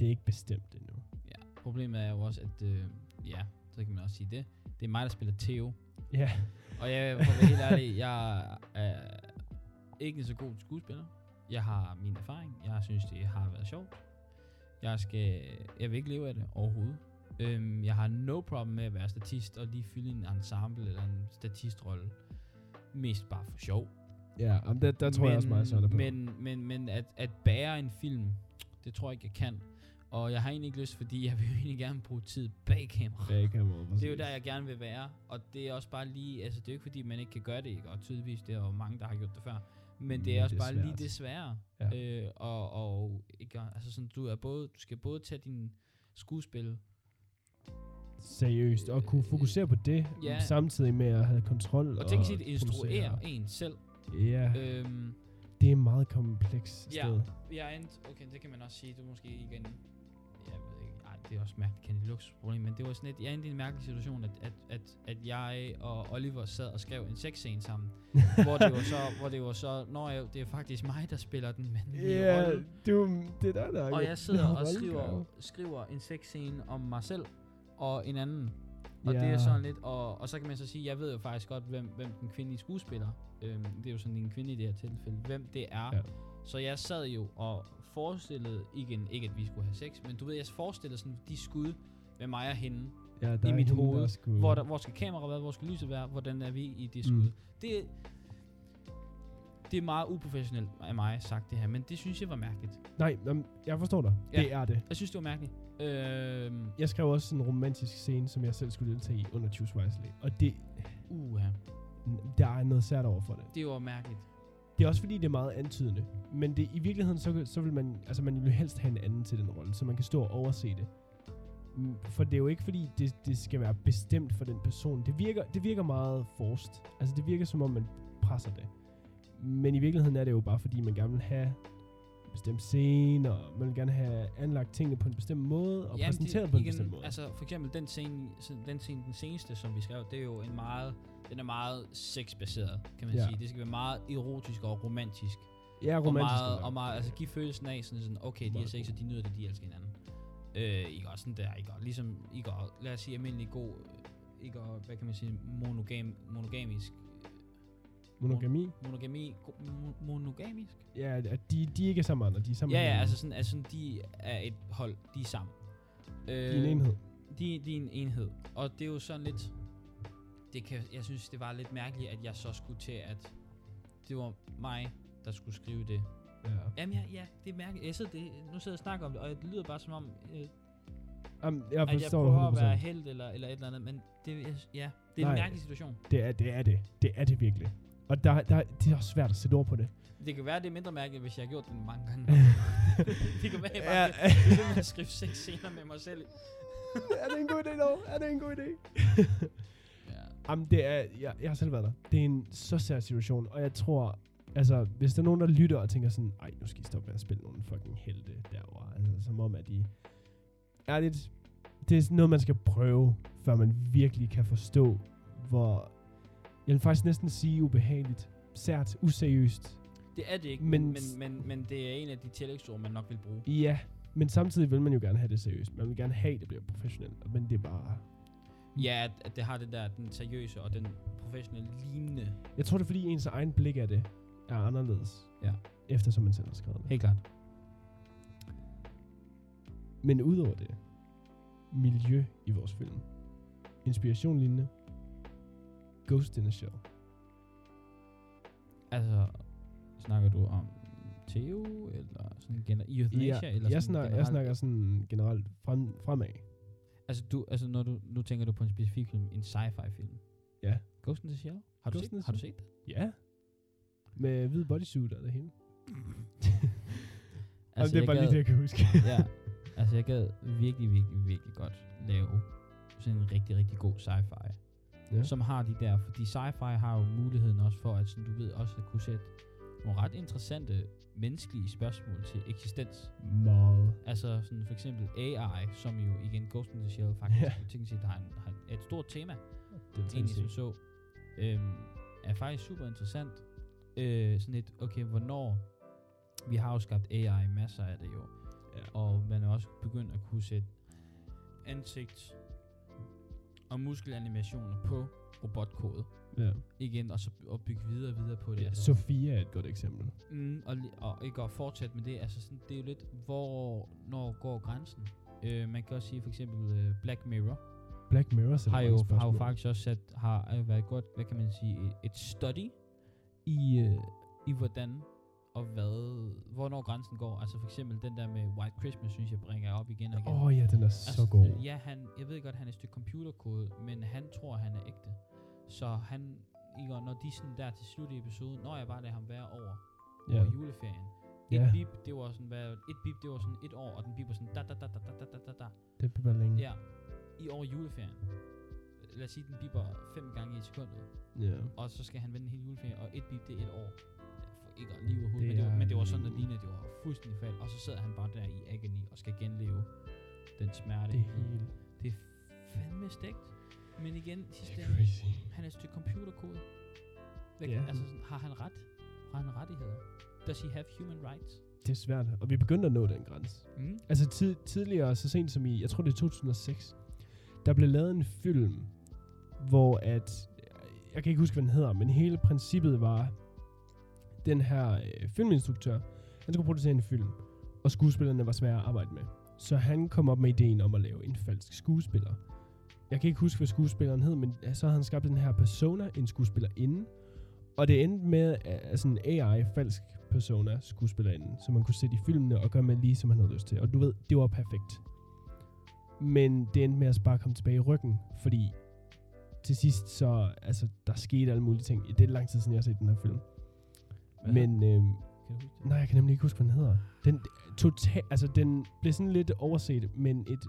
[SPEAKER 1] Det er ikke bestemt endnu.
[SPEAKER 2] Ja. Problemet er jo også, at... Øh, ja, så kan man også sige det. Det er mig, der spiller Theo.
[SPEAKER 1] Ja,
[SPEAKER 2] Og jeg, for at være helt ærlig, jeg er ikke en så god skuespiller. Jeg har min erfaring. Jeg synes, det har været sjovt. Jeg, skal, jeg vil ikke leve af det overhovedet. Øhm, jeg har no problem med at være statist og lige fylde en ensemble eller en statistrolle. Mest bare for sjov.
[SPEAKER 1] ja om der, der tror men, jeg også meget, Søren er på.
[SPEAKER 2] Men, men, men at, at bære en film, det tror jeg ikke, jeg kan. Og jeg har egentlig ikke lyst, fordi jeg vil jo egentlig gerne bruge tid bag kamera.
[SPEAKER 1] ja, jeg kan måde,
[SPEAKER 2] Det er jo der, jeg gerne vil være, og det er også bare lige, altså det er jo ikke fordi, man ikke kan gøre det, ikke? og tydeligvis det er jo mange, der har gjort det før, men det
[SPEAKER 1] Men
[SPEAKER 2] er også
[SPEAKER 1] det er
[SPEAKER 2] bare lige
[SPEAKER 1] svært.
[SPEAKER 2] det svære,
[SPEAKER 1] Ja.
[SPEAKER 2] øh, og, og ikke? altså sådan, du, er både, du skal både tage din skuespil,
[SPEAKER 1] Seriøst, og kunne fokusere på det, ja.
[SPEAKER 2] Ja.
[SPEAKER 1] samtidig med at have kontrol.
[SPEAKER 2] og tænk sig at instruere
[SPEAKER 1] producere.
[SPEAKER 2] en selv.
[SPEAKER 1] Ja, øh.
[SPEAKER 2] Øhm,
[SPEAKER 1] det er et meget komplekst
[SPEAKER 2] Ja.
[SPEAKER 1] sted.
[SPEAKER 2] jeg er endt, okay, det kan man også sige, du er måske igen, jeg ved ikke, ej, det er også mærkeligt, kan problem, men det var sådan lidt, jeg endte i en mærkelig situation, at, at, at, at jeg og Oliver sad og skrev en sexscene sammen, hvor det var så, hvor det var så, når jeg, det er faktisk mig, der spiller den mandlige
[SPEAKER 1] Ja,
[SPEAKER 2] rolle.
[SPEAKER 1] du, det er der, der er
[SPEAKER 2] Og
[SPEAKER 1] jo-
[SPEAKER 2] jeg sidder og
[SPEAKER 1] Hold da
[SPEAKER 2] skriver,
[SPEAKER 1] op.
[SPEAKER 2] skriver en sexscene om mig selv og en anden. Og ja. det er sådan lidt, og, og så kan man så sige, jeg ved jo faktisk godt, hvem, hvem den kvindelige skuespiller, øhm, det er jo sådan en kvinde i det her tilfælde, hvem det er.
[SPEAKER 1] Ja.
[SPEAKER 2] Ja. Så jeg sad jo og forestillede, igen, ikke at vi skulle have sex, men du ved, jeg forestillede sådan de skud med mig og hende,
[SPEAKER 1] ja, der
[SPEAKER 2] i
[SPEAKER 1] er
[SPEAKER 2] mit
[SPEAKER 1] hende, der
[SPEAKER 2] hoved,
[SPEAKER 1] skulle-
[SPEAKER 2] hvor, der, hvor skal kameraet være? Hvor skal lyset være? Hvordan er vi i det
[SPEAKER 1] Mm.
[SPEAKER 2] skud? Mm. Det, det er meget uprofessionelt af mig sagt det her, men det synes jeg var mærkeligt.
[SPEAKER 1] Nej, jamen, jeg forstår dig. Ja.
[SPEAKER 2] Ja.
[SPEAKER 1] Det er det.
[SPEAKER 2] Jeg synes, det var mærkeligt. Øhm,
[SPEAKER 1] Jeg skrev også en romantisk scene, som jeg selv skulle deltage i under Choose Wisely. Og det,
[SPEAKER 2] uha,
[SPEAKER 1] der er noget særligt over for det.
[SPEAKER 2] det var mærkeligt.
[SPEAKER 1] Det er også fordi, det er meget antydende. Men det, i virkeligheden, så, så vil man, altså man vil helst have en anden til den rolle, så man kan stå og overse det. Mm, For det er jo ikke fordi, det, det skal være bestemt for den person. Det virker, det virker meget forced. Altså det virker som om, man presser det. Men i virkeligheden er det jo bare fordi, man gerne vil have en bestemt scene, og man vil gerne have anlagt tingene på en bestemt måde, og
[SPEAKER 2] Jamen,
[SPEAKER 1] præsenteret på en bestemt måde.
[SPEAKER 2] Altså for eksempel den scene, sådan- den scene, den seneste, som vi skrev, det er jo en meget, den er meget sexbaseret, kan man
[SPEAKER 1] Ja.
[SPEAKER 2] ja. sige. Det skal være meget erotisk og romantisk.
[SPEAKER 1] ja,
[SPEAKER 2] og
[SPEAKER 1] romantisk.
[SPEAKER 2] meget,
[SPEAKER 1] eller-
[SPEAKER 2] og meget, altså give følelsen af sådan, sådan okay, de
[SPEAKER 1] Meget
[SPEAKER 2] har sex, og de nyder det, de elsker hinanden. Øh, I går sådan der, I går ligesom, I går, lad os sige, almindelig god, øh, I går, hvad kan man sige, monogam, monogamisk,
[SPEAKER 1] Monogami?
[SPEAKER 2] monogami, go, mo- monogamisk?
[SPEAKER 1] Ja, at de, de ikke er sammen med andre, de er sammen
[SPEAKER 2] Ja,
[SPEAKER 1] med
[SPEAKER 2] ja,
[SPEAKER 1] hinanden.
[SPEAKER 2] altså sådan, altså sådan, de er et hold, de er sammen. Øh,
[SPEAKER 1] De er en enhed.
[SPEAKER 2] De, de er en enhed, og det er jo sådan lidt, det kan, jeg synes, det var lidt mærkeligt, at jeg så skulle til at, det var mig, der skulle skrive det,
[SPEAKER 1] Ja.
[SPEAKER 2] Jamen ja, ja det mærker jeg. Sidder, det, nu sidder jeg og snakker om det, og det lyder bare som om, øh,
[SPEAKER 1] Jamen, jeg
[SPEAKER 2] at jeg
[SPEAKER 1] forstår
[SPEAKER 2] prøver at
[SPEAKER 1] det 100%.
[SPEAKER 2] være held eller, eller et eller andet, men det, er- ja, det er
[SPEAKER 1] Nej.
[SPEAKER 2] en mærkelig situation.
[SPEAKER 1] Det er, det er det. Det er det virkelig. Og der, der, det er også svært at sætte ord på det.
[SPEAKER 2] Det kan være, det er mindre mærkeligt, hvis jeg har gjort det mange gange. det kan være, jeg
[SPEAKER 1] Ja.
[SPEAKER 2] bare kan blive ved med at skrive seks scener med mig selv.
[SPEAKER 1] er det en god idé, dog? Er det en god idé?
[SPEAKER 2] Ja.
[SPEAKER 1] Jamen, det er, jeg, jeg har selv været der. Det er en så sær situation, og jeg tror, altså, hvis der er nogen, der lytter og tænker sådan, ej, nu skal I stoppe med at spille nogle fucking helte derovre, altså, som om, at de ærligt, det er sådan noget, man skal prøve, før man virkelig kan forstå, hvor, jeg vil faktisk næsten sige ubehageligt, sært, useriøst,
[SPEAKER 2] Det er det ikke, men,
[SPEAKER 1] Men-
[SPEAKER 2] men, men, men det er en af de tillægsord, man nok vil bruge.
[SPEAKER 1] ja, men samtidig vil man jo gerne have det seriøst. Man vil gerne have, at det bliver professionelt, men det er bare...
[SPEAKER 2] Ja, at, at det har det der, den seriøse og den professionelle lignende.
[SPEAKER 1] Jeg tror, det er fordi ens egen blik af det er anderledes.
[SPEAKER 2] Ja.
[SPEAKER 1] Eftersom man selv har skrevet det.
[SPEAKER 2] Helt klart.
[SPEAKER 1] Men udover det, miljø i vores film. Inspiration lignende. Ghost in a Shell.
[SPEAKER 2] Altså, snakker du om Theo, eller sådan gener- euthanasia, eller
[SPEAKER 1] jeg,
[SPEAKER 2] sådan
[SPEAKER 1] snakker, jeg
[SPEAKER 2] generelt?
[SPEAKER 1] snakker sådan generelt frem, fremad.
[SPEAKER 2] Altså, du, altså når du, nu tænker du på en specifik film, en sci-fi film.
[SPEAKER 1] Ja.
[SPEAKER 2] Ghost in the Shell? Har du,
[SPEAKER 1] Ghost in
[SPEAKER 2] set,
[SPEAKER 1] the
[SPEAKER 2] har du set det?
[SPEAKER 1] Ja. Med hvid bodysuit og det hele.
[SPEAKER 2] altså,
[SPEAKER 1] Altså, det er bare
[SPEAKER 2] jeg
[SPEAKER 1] lige det, jeg kan huske.
[SPEAKER 2] ja, altså jeg gad virkelig, virkelig, virkelig godt lave sådan en rigtig, rigtig god sci-fi.
[SPEAKER 1] ja.
[SPEAKER 2] Som har de der, fordi sci-fi har jo muligheden også for, at sådan, du ved, også at kunne sætte nogle ret interessante menneskelige spørgsmål til eksistens.
[SPEAKER 1] Meget.
[SPEAKER 2] Altså sådan for eksempel AI, som jo igen Ghost in the Shell faktisk
[SPEAKER 1] Ja.
[SPEAKER 2] yeah. teknisk set har, en, har er et stort tema
[SPEAKER 1] Det er
[SPEAKER 2] egentlig som
[SPEAKER 1] sindssygt.
[SPEAKER 2] så, øhm, er faktisk super interessant. Øh, sådan et, okay, hvornår... Vi har jo skabt AI, masser af det jo.
[SPEAKER 1] Ja.
[SPEAKER 2] Og man er også begyndt at kunne sætte ansigt og muskelanimationer på robotkode
[SPEAKER 1] Ja.
[SPEAKER 2] igen, og så og bygge videre og videre på det. Altså,
[SPEAKER 1] ja. Sofia er et godt eksempel.
[SPEAKER 2] Mm, og, li- og ikke at fortsætte med det, altså sådan, det er jo lidt, hvor, når går grænsen? Øh, man kan også sige for eksempel øh, Black Mirror,
[SPEAKER 1] Black Mirror sætter
[SPEAKER 2] har
[SPEAKER 1] mange
[SPEAKER 2] jo, har jo
[SPEAKER 1] spørgsmål.
[SPEAKER 2] faktisk også sat, har, har jo været godt, hvad kan man sige, et- et study i, øh, i hvordan og hvad, hvornår grænsen går. Altså for eksempel den der med White Christmas, synes jeg bringer op igen og igen.
[SPEAKER 1] Åh oh, ja, den er så
[SPEAKER 2] altså,
[SPEAKER 1] god.
[SPEAKER 2] øh, Ja, han, jeg ved godt, han er et stykke computerkode, men han tror, han er ægte. Så han, ikke, og når de sådan der til slut i episoden, når jeg bare lader ham være over,
[SPEAKER 1] Ja.
[SPEAKER 2] over juleferien. Et
[SPEAKER 1] Ja.
[SPEAKER 2] bip, det var sådan, hvad, et bip, det var sådan et år, og den bip var sådan da da da da da da da da.
[SPEAKER 1] Det bliver bare længe.
[SPEAKER 2] Ja, i år i juleferien. Lad os sige, den biber fem gange i sekundet,
[SPEAKER 1] ja.
[SPEAKER 2] og så skal han vende en hel juleferie, og et bip, det er et år. For Ikke at lige
[SPEAKER 1] Det
[SPEAKER 2] overhovedet, men det, var,
[SPEAKER 1] er-
[SPEAKER 2] men det var sådan, at lignede, det var fuldstændig fejl, og så sidder han bare der i agony og skal genleve den smerte.
[SPEAKER 1] Det er helt...
[SPEAKER 2] det er fandme stegt. Men igen, i
[SPEAKER 1] Det
[SPEAKER 2] sidste
[SPEAKER 1] er
[SPEAKER 2] ende,
[SPEAKER 1] crazy.
[SPEAKER 2] han er et stykke computerkode. Hvad,
[SPEAKER 1] Ja.
[SPEAKER 2] yeah. Altså, sådan, har han ret? Har han rettigheder? Does he have human rights?
[SPEAKER 1] Det er svært, og vi begyndte at nå den grænse.
[SPEAKER 2] Mm.
[SPEAKER 1] Altså tid, tidligere, så sent som i, jeg tror det er 2006, der blev lavet en film, hvor at, jeg kan ikke huske, hvad den hedder, men hele princippet var, den her øh, filminstruktør, han skulle producere en film, og skuespillerne var svære at arbejde med. Så han kom op med ideen om at lave en falsk skuespiller. Jeg kan ikke huske, hvad skuespilleren hed, men så havde han skabt den her persona, en skuespiller inden, og det endte med øh, sådan en AI-falsk persona skuespillerinde, som man kunne sætte i filmene og gøre med lige, som han havde lyst til. Og du ved, det var perfekt. Men det endte med at bare komme tilbage i ryggen, fordi til sidst så, altså, der skete alle mulige ting. Det er lang tid siden, jeg har set den her film.
[SPEAKER 2] Hvad
[SPEAKER 1] Men, øh,
[SPEAKER 2] Kan du huske det?
[SPEAKER 1] nej, jeg kan nemlig ikke huske, hvad den hedder. Den, total, altså, den blev sådan lidt overset, men et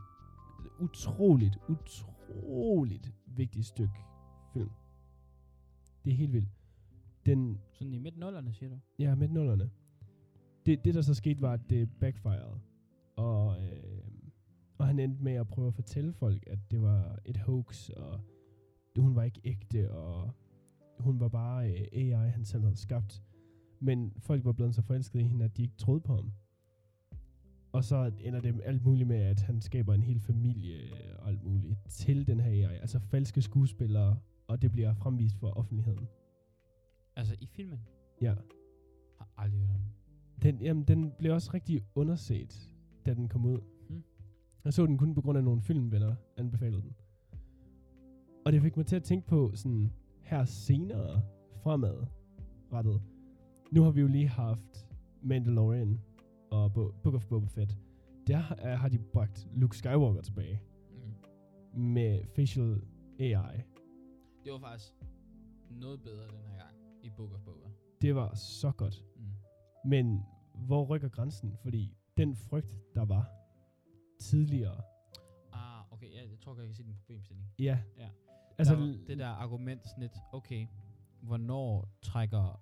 [SPEAKER 1] utroligt, utroligt vigtigt stykke film. Det er helt vildt. Den,
[SPEAKER 2] Sådan i midt nullerne, siger du?
[SPEAKER 1] Ja, midt nullerne. Det, det, der så skete, var, at det backfired. Og, øh, og han endte med at prøve at fortælle folk, at det var et hoax, og hun var ikke ægte, og hun var bare øh, AI, han selv havde skabt. Men folk var blevet så forelskede i hende, at de ikke troede på ham. Og så ender det med alt muligt med, at han skaber en hel familie og alt muligt til den her AI. Altså falske skuespillere, og det bliver fremvist for offentligheden.
[SPEAKER 2] Altså i filmen?
[SPEAKER 1] Ja.
[SPEAKER 2] Har aldrig hørt om den.
[SPEAKER 1] Den, jamen, den blev også rigtig underset, da den kom ud.
[SPEAKER 2] Mm.
[SPEAKER 1] Mm. Jeg så den kun på grund af nogle filmvenner anbefalede den. Og det fik mig til at tænke på sådan her senere fremad rettet. Nu har vi jo lige haft Mandalorian og Bo- Book of Boba Fett, der øh, har de bragt Luke Skywalker tilbage
[SPEAKER 2] Mm.
[SPEAKER 1] med facial AI.
[SPEAKER 2] Det var faktisk noget bedre den her gang i Book of Boba.
[SPEAKER 1] Det var så godt.
[SPEAKER 2] Mm.
[SPEAKER 1] Men hvor rykker grænsen? Fordi den frygt, der var tidligere,
[SPEAKER 2] Ah, okay, ja, jeg tror godt, jeg kan se din problemstilling.
[SPEAKER 1] ja.
[SPEAKER 2] Ja.
[SPEAKER 1] Altså,
[SPEAKER 2] der, var det der argument sådan lidt, okay, hvornår trækker,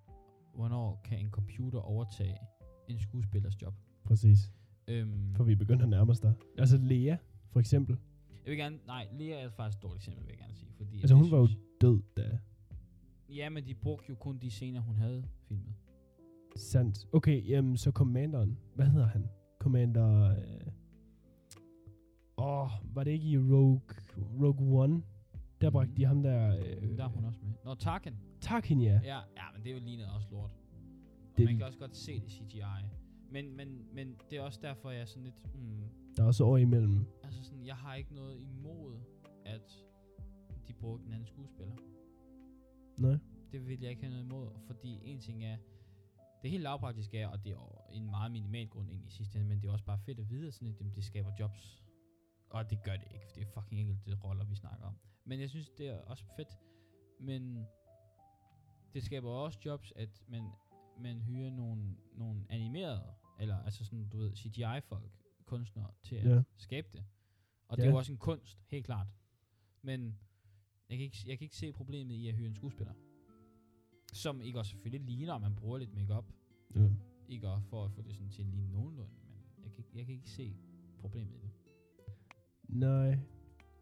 [SPEAKER 2] hvornår kan en computer overtage en skuespillers job?
[SPEAKER 1] Præcis.
[SPEAKER 2] Øhm,
[SPEAKER 1] For vi begynder at nærme os der. Altså Lea, for eksempel,
[SPEAKER 2] jeg vil gerne, nej, Lea er faktisk et dårligt eksempel, vil jeg gerne sige. Fordi
[SPEAKER 1] Altså,
[SPEAKER 2] jeg
[SPEAKER 1] hun var jo-
[SPEAKER 2] synes-
[SPEAKER 1] død da.
[SPEAKER 2] Ja, men de brugte jo kun de scener, hun havde filmet.
[SPEAKER 1] Sandt. Okay, jamen, så commanderen. Hvad hedder han? Commander... øh, Åh, øh... oh, var det ikke i Rogue, Rogue One? Der bragte
[SPEAKER 2] Mhm.
[SPEAKER 1] de ham der... Øh...
[SPEAKER 2] Øh, der er hun også med. Nå, Tarkin.
[SPEAKER 1] Tarkin, ja.
[SPEAKER 2] Ja, ja men det er jo lignet også lort. Og
[SPEAKER 1] Det-
[SPEAKER 2] det man kan også godt se det CGI. Men, men, men det er også derfor, jeg er sådan lidt... Mm,
[SPEAKER 1] Der er også år imellem.
[SPEAKER 2] altså sådan, jeg har ikke noget imod, at de brugte en anden skuespiller.
[SPEAKER 1] Nej.
[SPEAKER 2] Det vil jeg ikke have noget imod, fordi en ting er, det helt lavpraktiske er, og det er jo en meget minimal grund egentlig i sidste ende, men det er også bare fedt at vide, at sådan lidt, jamen, det skaber jobs. Og det gør det ikke, for det er fucking enkelte roller, vi snakker om. Men jeg synes, det er også fedt, men det skaber også jobs, at man, man hyrer nogle, nogle animerede, eller altså sådan, du ved, CGI-folk, kunstnere, til at
[SPEAKER 1] Ja.
[SPEAKER 2] ja. skabe det. Og ja. det
[SPEAKER 1] Ja.
[SPEAKER 2] er jo også en kunst, helt klart. Men jeg kan, ikke, jeg kan ikke se problemet i at hyre en skuespiller. Som ikke også selvfølgelig ligner, at man bruger lidt makeup
[SPEAKER 1] Ja.
[SPEAKER 2] ikke også for at få det sådan til at ligne nogenlunde, men jeg kan, ikke- jeg kan ikke se problemet i det.
[SPEAKER 1] Nej.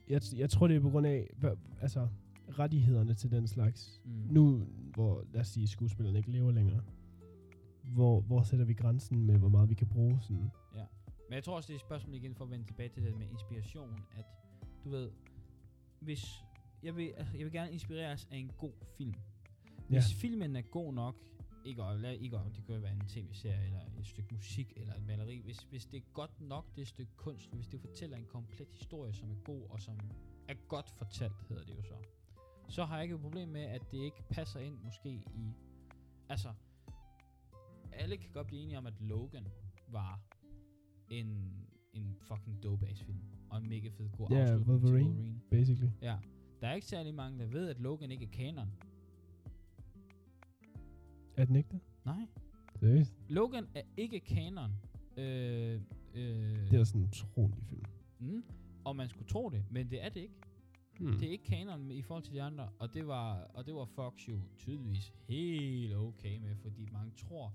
[SPEAKER 1] Jeg, t- jeg tror, det er på grund af... Hvad, altså, rettighederne til den slags.
[SPEAKER 2] Mm.
[SPEAKER 1] Nu, hvor, lad os sige, skuespillerne ikke lever længere. Hvor, hvor sætter vi grænsen med, hvor meget vi kan bruge sådan...
[SPEAKER 2] Men jeg tror også, det er et spørgsmål igen for at vende tilbage til det med inspiration, at du ved, hvis jeg vil, altså, jeg vil gerne inspireres af en god film. Hvis filmen er god nok, ikke og, lad- ikke og, det kan jo være en tv-serie, eller et stykke musik, eller et maleri, hvis, hvis det er godt nok, det stykke kunst, hvis det fortæller en komplet historie, som er god, og som er godt fortalt, hedder det jo så, så har jeg ikke et problem med, at det ikke passer ind måske i... Altså, alle kan godt blive enige om, at Logan var en, en fucking dope ass film, og en mega fed god
[SPEAKER 1] Ja,
[SPEAKER 2] afslutning til
[SPEAKER 1] Wolverine.
[SPEAKER 2] Wolverine.
[SPEAKER 1] Basically.
[SPEAKER 2] Ja. Der er ikke særlig mange, der ved, at Logan ikke er kanon.
[SPEAKER 1] Er den ikke det?
[SPEAKER 2] Nej.
[SPEAKER 1] Seriøst?
[SPEAKER 2] Logan er ikke kanon. Øh, øh,
[SPEAKER 1] Det er da sådan en utrolig film.
[SPEAKER 2] mm, og man skulle tro det, men det er det ikke.
[SPEAKER 1] Hmm.
[SPEAKER 2] Det er ikke kanon i forhold til de andre, og det var, og det var Fox jo tydeligvis helt okay med, fordi mange tror,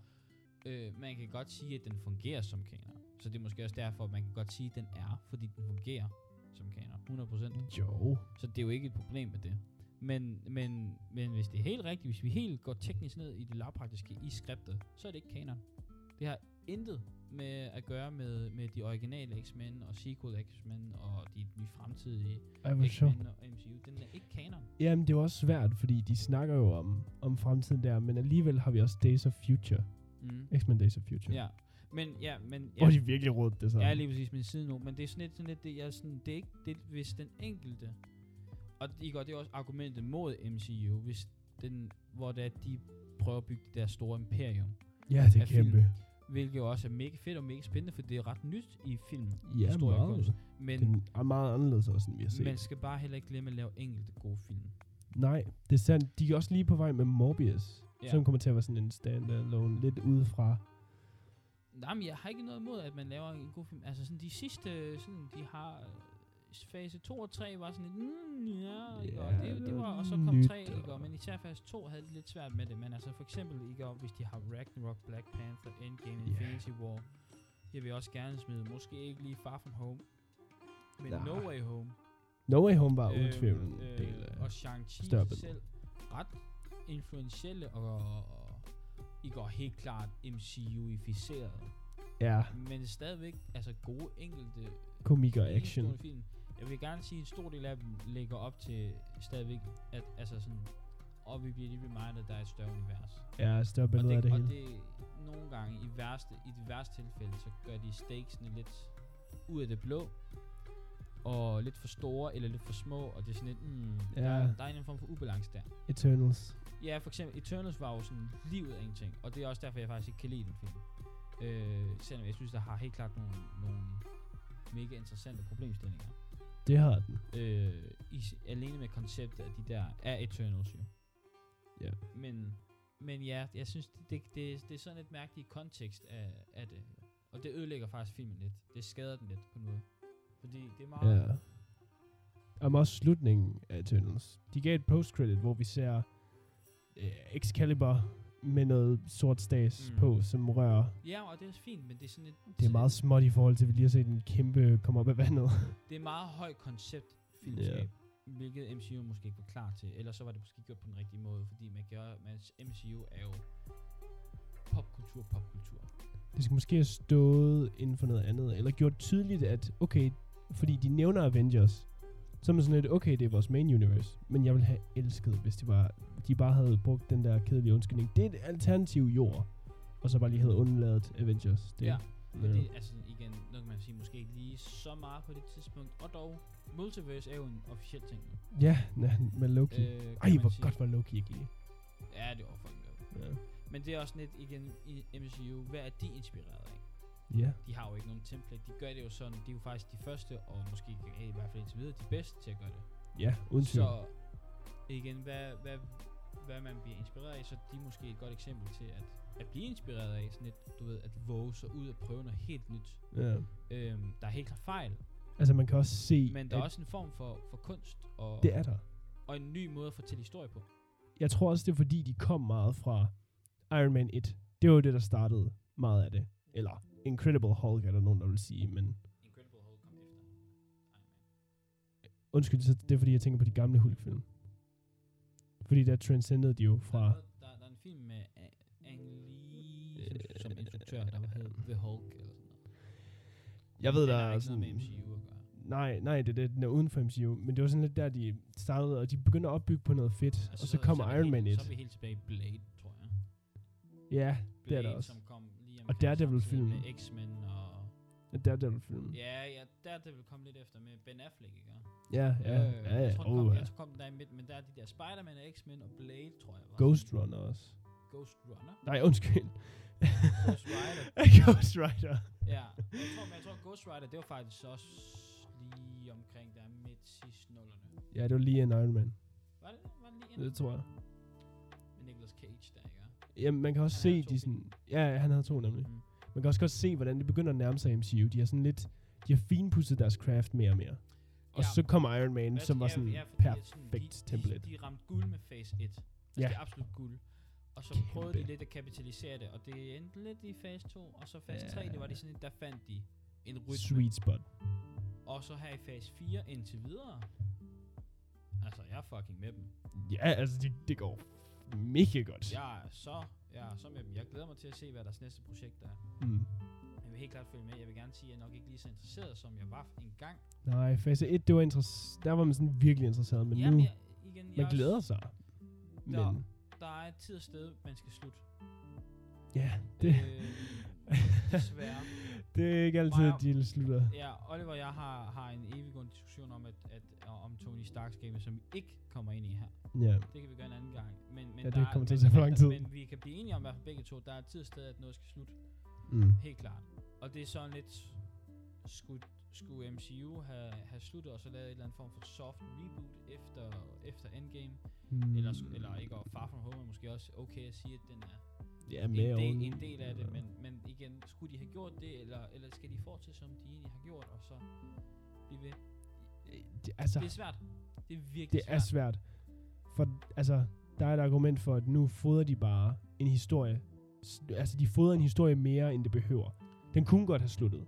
[SPEAKER 2] øh, man kan godt sige, at den fungerer som kanon. Så det er måske også derfor, at man kan godt sige, at den er, fordi den fungerer som kanon. 100%.
[SPEAKER 1] Jo.
[SPEAKER 2] Så det er jo ikke et problem med det. Men, men, men hvis det er helt rigtigt, hvis vi helt går teknisk ned i det lavpraktiske i skriptet, så er det ikke kanon. Det har intet med at gøre med, med de originale X-Men og sequel X-Men og de nye fremtidige
[SPEAKER 1] Ej, hvor sjovt.
[SPEAKER 2] X-Men og MCU. Den er ikke kanon.
[SPEAKER 1] Jamen, det er jo også svært, fordi de snakker jo om, om fremtiden der, men alligevel har vi også Days of Future.
[SPEAKER 2] Mm.
[SPEAKER 1] X-Men Days of Future.
[SPEAKER 2] Ja. Men ja, men
[SPEAKER 1] Hvor
[SPEAKER 2] ja,
[SPEAKER 1] de virkelig rådte det sammen.
[SPEAKER 2] ja, lige præcis min side nu, men det er sådan lidt, sådan lidt det, jeg er sådan, det er ikke, det, hvis den enkelte, og det, det er også argumentet mod MCU, hvis den, hvor det er, de prøver at bygge det der store imperium,
[SPEAKER 1] ja det er
[SPEAKER 2] af
[SPEAKER 1] kæmpe.
[SPEAKER 2] Hvilket jo også er mega fedt og mega spændende, for det er ret nyt i film.
[SPEAKER 1] Ja,
[SPEAKER 2] Historie og
[SPEAKER 1] meget.
[SPEAKER 2] kunst. Men
[SPEAKER 1] Den er meget anderledes også, end vi har set.
[SPEAKER 2] man skal bare heller ikke glemme at lave enkelte gode film.
[SPEAKER 1] Nej, det er sandt. De er også lige på vej med Morbius,
[SPEAKER 2] Ja.
[SPEAKER 1] som kommer til at være sådan en standalone, lidt udefra.
[SPEAKER 2] Nej, men jeg har ikke noget imod, at man laver en god film. Altså sådan de sidste, sådan de har øh, fase 2 og 3 var sådan lidt, mm, ja, ikke? Og
[SPEAKER 1] Ja,
[SPEAKER 2] det,
[SPEAKER 1] det
[SPEAKER 2] det,
[SPEAKER 1] var
[SPEAKER 2] var, og så
[SPEAKER 1] lidt
[SPEAKER 2] kom
[SPEAKER 1] nyt,
[SPEAKER 2] 3, ikke?
[SPEAKER 1] og-
[SPEAKER 2] Og, men især fase 2 havde det lidt svært med det, men altså for eksempel, ikke? Og hvis de har Ragnarok, Black Panther, Endgame,
[SPEAKER 1] Ja.
[SPEAKER 2] Infinity War, jeg vil også gerne smide, måske ikke lige Far From Home, men
[SPEAKER 1] Nej.
[SPEAKER 2] No Way Home,
[SPEAKER 1] No Way Home var uden
[SPEAKER 2] Øhm,
[SPEAKER 1] tvivl en del af...
[SPEAKER 2] Og Shang-Chi
[SPEAKER 1] større
[SPEAKER 2] sig
[SPEAKER 1] billede.
[SPEAKER 2] selv ret influentielle og, og I går helt klart MCU-ificeret.
[SPEAKER 1] Ja,
[SPEAKER 2] Men stadigvæk altså gode enkelte
[SPEAKER 1] komik og action.
[SPEAKER 2] enestående film. Jeg vil gerne sige, at en stor del af dem lægger op til stadigvæk, at altså sådan, og vi bliver lige reminded, at der er et større univers.
[SPEAKER 1] Ja, større
[SPEAKER 2] Og
[SPEAKER 1] billeder af det
[SPEAKER 2] og
[SPEAKER 1] hele.
[SPEAKER 2] det nogle gange i, værste, i det værste tilfælde, så gør de stakesene lidt ud af det blå, og lidt for store eller lidt for små, og det er sådan lidt, mm, ja. der,
[SPEAKER 1] Ja.
[SPEAKER 2] er- der er en eller anden form for ubalance der.
[SPEAKER 1] Eternals.
[SPEAKER 2] Ja, for eksempel Eternals var jo sådan livet af ingenting, og det er også derfor, jeg faktisk ikke kan lide den film. Øh, selvom jeg synes, der har helt klart nogle, nogle mega interessante problemstillinger.
[SPEAKER 1] Det har den.
[SPEAKER 2] øh, i, alene med konceptet af de der er Eternals jo.
[SPEAKER 1] Ja.
[SPEAKER 2] Men, men ja, jeg synes, det, det, det, det er sådan et mærkeligt kontekst af, af det. Og det ødelægger faktisk filmen lidt. Det skader den lidt på en måde. Fordi det er meget...
[SPEAKER 1] Ja. Og også slutningen af Tunnels. De gav et post-credit, hvor vi ser øh, Excalibur med noget sort stas
[SPEAKER 2] Mm.
[SPEAKER 1] mm. på, som rører.
[SPEAKER 2] ja, og det er fint, men det er sådan et...
[SPEAKER 1] Det er meget småt i forhold til, at vi lige har set en kæmpe komme op af vandet.
[SPEAKER 2] Det er meget højt koncept filmskab. Hvilket MCU måske ikke var klar til. Eller så var det måske gjort på den rigtige måde, fordi man gør... Man, MCU er jo popkultur, popkultur.
[SPEAKER 1] Det skal måske have stået inden for noget andet, eller gjort tydeligt, at okay, fordi de nævner Avengers, så er man sådan lidt, okay, det er vores main universe, men jeg ville have elsket, hvis de bare, de bare havde brugt den der kedelige undskyldning. Det er et alternativ jord, og så bare lige havde undladet Avengers. Det,
[SPEAKER 2] Ja.
[SPEAKER 1] ja.
[SPEAKER 2] Fordi, altså igen, nu kan man sige, måske ikke lige så meget på det tidspunkt, og dog, multiverse er jo en officiel ting nu.
[SPEAKER 1] Ja, nej, med Loki. Øh,
[SPEAKER 2] kan
[SPEAKER 1] Ej,
[SPEAKER 2] man
[SPEAKER 1] hvor
[SPEAKER 2] sige.
[SPEAKER 1] godt var Loki ikke lige.
[SPEAKER 2] Ja, det var fucking godt.
[SPEAKER 1] Ja.
[SPEAKER 2] Men det er også lidt, igen, i MCU, hvad er de inspireret af?
[SPEAKER 1] ja.
[SPEAKER 2] De har jo ikke nogen template, de gør det jo sådan, de er jo faktisk de første, og måske ja, i hvert fald indtil videre, de bedste til at gøre det.
[SPEAKER 1] Ja, uden tvivl.
[SPEAKER 2] Så igen, hvad, hvad, hvad man bliver inspireret af, så de er måske et godt eksempel til at, at blive inspireret af, sådan lidt, du ved, at våge sig ud og prøve noget helt nyt.
[SPEAKER 1] Ja.
[SPEAKER 2] Øhm, der er helt klart fejl,
[SPEAKER 1] Altså, man kan også se,
[SPEAKER 2] Men der er
[SPEAKER 1] at
[SPEAKER 2] også en form for, for kunst og,
[SPEAKER 1] det er der.
[SPEAKER 2] og en ny måde at fortælle historie på.
[SPEAKER 1] Jeg tror også, det er fordi, de kom meget fra Iron Man 1. Det var jo det, der startede meget af det. Eller Incredible Hulk, er der nogen, der vil sige, men
[SPEAKER 2] Incredible Hulk kom efter.
[SPEAKER 1] undskyld, så det er fordi, jeg tænker på de gamle Hulk-film. Fordi der transcendede de jo
[SPEAKER 2] Der,
[SPEAKER 1] fra...
[SPEAKER 2] er noget- der, der er en film med A- Ang Lee som,
[SPEAKER 1] Øh.
[SPEAKER 2] som instruktør, der hed The Hulk eller sådan noget.
[SPEAKER 1] Jeg ved,
[SPEAKER 2] Den
[SPEAKER 1] der
[SPEAKER 2] har
[SPEAKER 1] er
[SPEAKER 2] ikke noget
[SPEAKER 1] sådan...
[SPEAKER 2] med MCU at gøre.
[SPEAKER 1] Nej, nej, det er det, den er uden for MCU, men det var sådan lidt der, de startede, og de begyndte at opbygge på noget
[SPEAKER 2] Altså,
[SPEAKER 1] fedt, og så kom
[SPEAKER 2] er vi
[SPEAKER 1] Iron Man
[SPEAKER 2] helt,
[SPEAKER 1] 1.
[SPEAKER 2] Så er vi helt tilbage i Blade, tror jeg.
[SPEAKER 1] Ja,
[SPEAKER 2] Blade,
[SPEAKER 1] Det er der også.
[SPEAKER 2] som kom lige
[SPEAKER 1] Og Daredevil-film.
[SPEAKER 2] samtidig Med X-Men og...
[SPEAKER 1] det er den film.
[SPEAKER 2] Ja, ja, Daredevil kom lidt efter med Ben Affleck, ikke?
[SPEAKER 1] Ja, ja,
[SPEAKER 2] Øh,
[SPEAKER 1] ja,
[SPEAKER 2] Jeg
[SPEAKER 1] ja.
[SPEAKER 2] tror, den kom,
[SPEAKER 1] Oh, ja.
[SPEAKER 2] jeg tror, kom den der i midten, men der er de der Spider-Man og X-Men og Blade, tror jeg. Var
[SPEAKER 1] Ghost
[SPEAKER 2] sådan-
[SPEAKER 1] Runner også.
[SPEAKER 2] Ghost Runner?
[SPEAKER 1] Nej, undskyld.
[SPEAKER 2] Ghost Rider.
[SPEAKER 1] Ghost Rider.
[SPEAKER 2] Ja, jeg tror, men jeg tror Ghost Rider, det var faktisk også lige omkring der midt sidst nullerne.
[SPEAKER 1] Ja, det var lige en Iron Man.
[SPEAKER 2] Var det, var det lige
[SPEAKER 1] Det
[SPEAKER 2] en
[SPEAKER 1] tror jeg.
[SPEAKER 2] med Nicolas Cage der, ikke?
[SPEAKER 1] Jamen, man kan også
[SPEAKER 2] Han
[SPEAKER 1] se,
[SPEAKER 2] havde to
[SPEAKER 1] de sådan... Ja, han havde to nemlig.
[SPEAKER 2] Mm.
[SPEAKER 1] Man kan også godt se, hvordan det begynder at nærme sig MCU. De har sådan lidt... De har finpudset deres craft mere og mere. Og
[SPEAKER 2] Ja.
[SPEAKER 1] så kom Iron Man,
[SPEAKER 2] Hvad-
[SPEAKER 1] som var
[SPEAKER 2] Altså, ja,
[SPEAKER 1] sådan
[SPEAKER 2] ja, fordi det er sådan,
[SPEAKER 1] perfekt
[SPEAKER 2] de,
[SPEAKER 1] template.
[SPEAKER 2] De, de ramte guld med Phase 1. Altså,
[SPEAKER 1] Ja.
[SPEAKER 2] det er absolut guld. Og så
[SPEAKER 1] Kæmpe.
[SPEAKER 2] prøvede de lidt at kapitalisere det, og det endte lidt i Phase 2, og så Phase 3, det var det sådan, der fandt de en rytme.
[SPEAKER 1] Sweet spot.
[SPEAKER 2] Og så her i Phase 4 indtil videre. Altså, jeg er fucking med dem.
[SPEAKER 1] Ja, altså, det, det går mega godt.
[SPEAKER 2] Jeg er så, jeg er så med dem. Jeg glæder mig til at se, hvad deres næste projekt er.
[SPEAKER 1] Mm.
[SPEAKER 2] Jeg vil helt klart følge med. Jeg vil gerne sige, at jeg er nok ikke lige så interesseret, som jeg var engang.
[SPEAKER 1] Nej, fase 1, det var interess- der var man sådan virkelig interesseret, men nu,
[SPEAKER 2] jeg, igen, jeg
[SPEAKER 1] man
[SPEAKER 2] er
[SPEAKER 1] glæder
[SPEAKER 2] også-
[SPEAKER 1] sig. Men,
[SPEAKER 2] Der- Der er et tid og sted, man skal slutte.
[SPEAKER 1] ja, det,
[SPEAKER 2] Øh, desværre.
[SPEAKER 1] det er ikke altid,
[SPEAKER 2] Wow.
[SPEAKER 1] at de slutter.
[SPEAKER 2] Ja, Oliver og jeg har, har en eviggående diskussion om, at, at, om Tony Starks game, som vi ikke kommer ind i her.
[SPEAKER 1] Ja,
[SPEAKER 2] Det kan vi gøre en anden gang. Men, men
[SPEAKER 1] Ja, det
[SPEAKER 2] der er-
[SPEAKER 1] kommer til at
[SPEAKER 2] men-
[SPEAKER 1] tage for lang tid.
[SPEAKER 2] Men vi kan blive enige om, i hvert fald begge to, der er et tid og sted, at noget skal slutte.
[SPEAKER 1] mm.
[SPEAKER 2] Helt klart. Og det er sådan lidt... Skulle, skulle MCU have, have sluttet og så lavet en eller anden form for soft reboot efter, efter Endgame? Mm. Eller, sk- eller ikke, og Far From Home er måske også okay at sige, at den er
[SPEAKER 1] ja,
[SPEAKER 2] en,
[SPEAKER 1] med oven-
[SPEAKER 2] del, en del af
[SPEAKER 1] ja.
[SPEAKER 2] det, men, men igen, skulle de have gjort det, eller, eller skal de fortsætte, som de egentlig har gjort, og så blive ved?
[SPEAKER 1] Øh, Det, altså,
[SPEAKER 2] Det er svært. Det er virkelig
[SPEAKER 1] det er
[SPEAKER 2] svært.
[SPEAKER 1] svært. For altså, der er et argument for, at nu fodrer de bare en historie. S- Altså, de fodrer en historie mere, end det behøver. Den kunne godt have sluttet.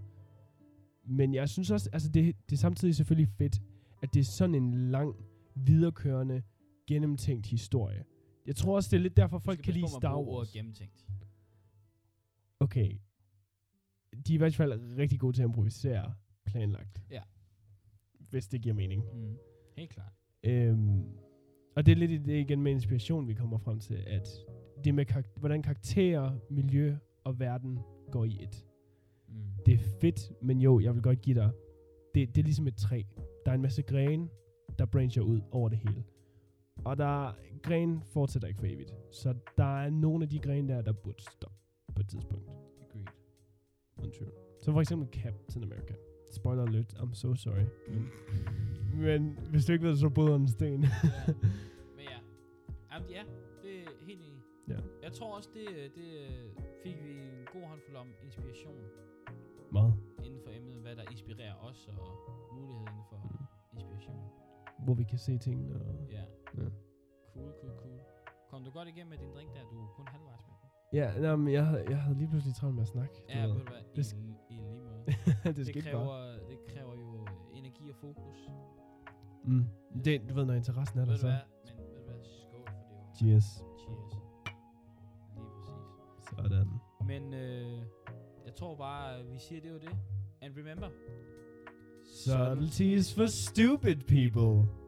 [SPEAKER 1] Men jeg synes også, altså det, det er samtidig selvfølgelig fedt, at det er sådan en lang, viderekørende, gennemtænkt historie. Jeg tror også, det er lidt derfor, folk kan lide Star Wars.
[SPEAKER 2] gennemtænkt.
[SPEAKER 1] Okay. De er i hvert fald rigtig gode til at improvisere planlagt.
[SPEAKER 2] Ja.
[SPEAKER 1] Hvis det giver mening.
[SPEAKER 2] Mm. Helt klart.
[SPEAKER 1] Øhm, og det er lidt i det igen med inspiration, vi kommer frem til, at det med karak- hvordan karakterer, miljø og verden går i et.
[SPEAKER 2] Mm.
[SPEAKER 1] Det er fedt, men jo, jeg vil godt give dig, det, det er ligesom et træ. Der er en masse grene, der brancher ud over det hele. Og der grene fortsætter ikke for evigt. Så der er nogle af de grene der, der burde stoppe på et tidspunkt.
[SPEAKER 2] Agreed.
[SPEAKER 1] eventyr. Så for eksempel Captain America. Spoiler alert, I'm so sorry. Men, men hvis du ikke ved, det, så boede under en sten.
[SPEAKER 2] ja. Men ja. Jamen, ja, det er helt enig.
[SPEAKER 1] Ja.
[SPEAKER 2] Jeg tror også, det, øh, det øh, fik vi en god håndfuld om inspiration
[SPEAKER 1] Meget.
[SPEAKER 2] inden for emnet, hvad der inspirerer os og muligheden for
[SPEAKER 1] Mm.
[SPEAKER 2] inspiration.
[SPEAKER 1] Hvor vi kan se ting. Og...
[SPEAKER 2] Ja.
[SPEAKER 1] Ja.
[SPEAKER 2] Cool, cool, cool. Kom du godt igennem med din drink der? Du er kun halvvejs med den.
[SPEAKER 1] Ja, nej, men jeg, havde- jeg havde lige pludselig travlt med at snakke. du
[SPEAKER 2] Ja,
[SPEAKER 1] ved.
[SPEAKER 2] ved du hvad? I,
[SPEAKER 1] Det sk-
[SPEAKER 2] i lige måde.
[SPEAKER 1] det, det
[SPEAKER 2] det,
[SPEAKER 1] skete bare.
[SPEAKER 2] kræver, det kræver jo øh, energi og fokus.
[SPEAKER 1] Mm. Det, du ved, når interessen er der,
[SPEAKER 2] Ved du
[SPEAKER 1] så...
[SPEAKER 2] hvad? Men ved du hvad? Skål for det. jo.
[SPEAKER 1] Cheers.
[SPEAKER 2] Cheers. Lige præcis.
[SPEAKER 1] Sådan.
[SPEAKER 2] Men øh, jeg tror bare, øh, vi siger, det var det. And remember.
[SPEAKER 1] Subtleties for stupid people.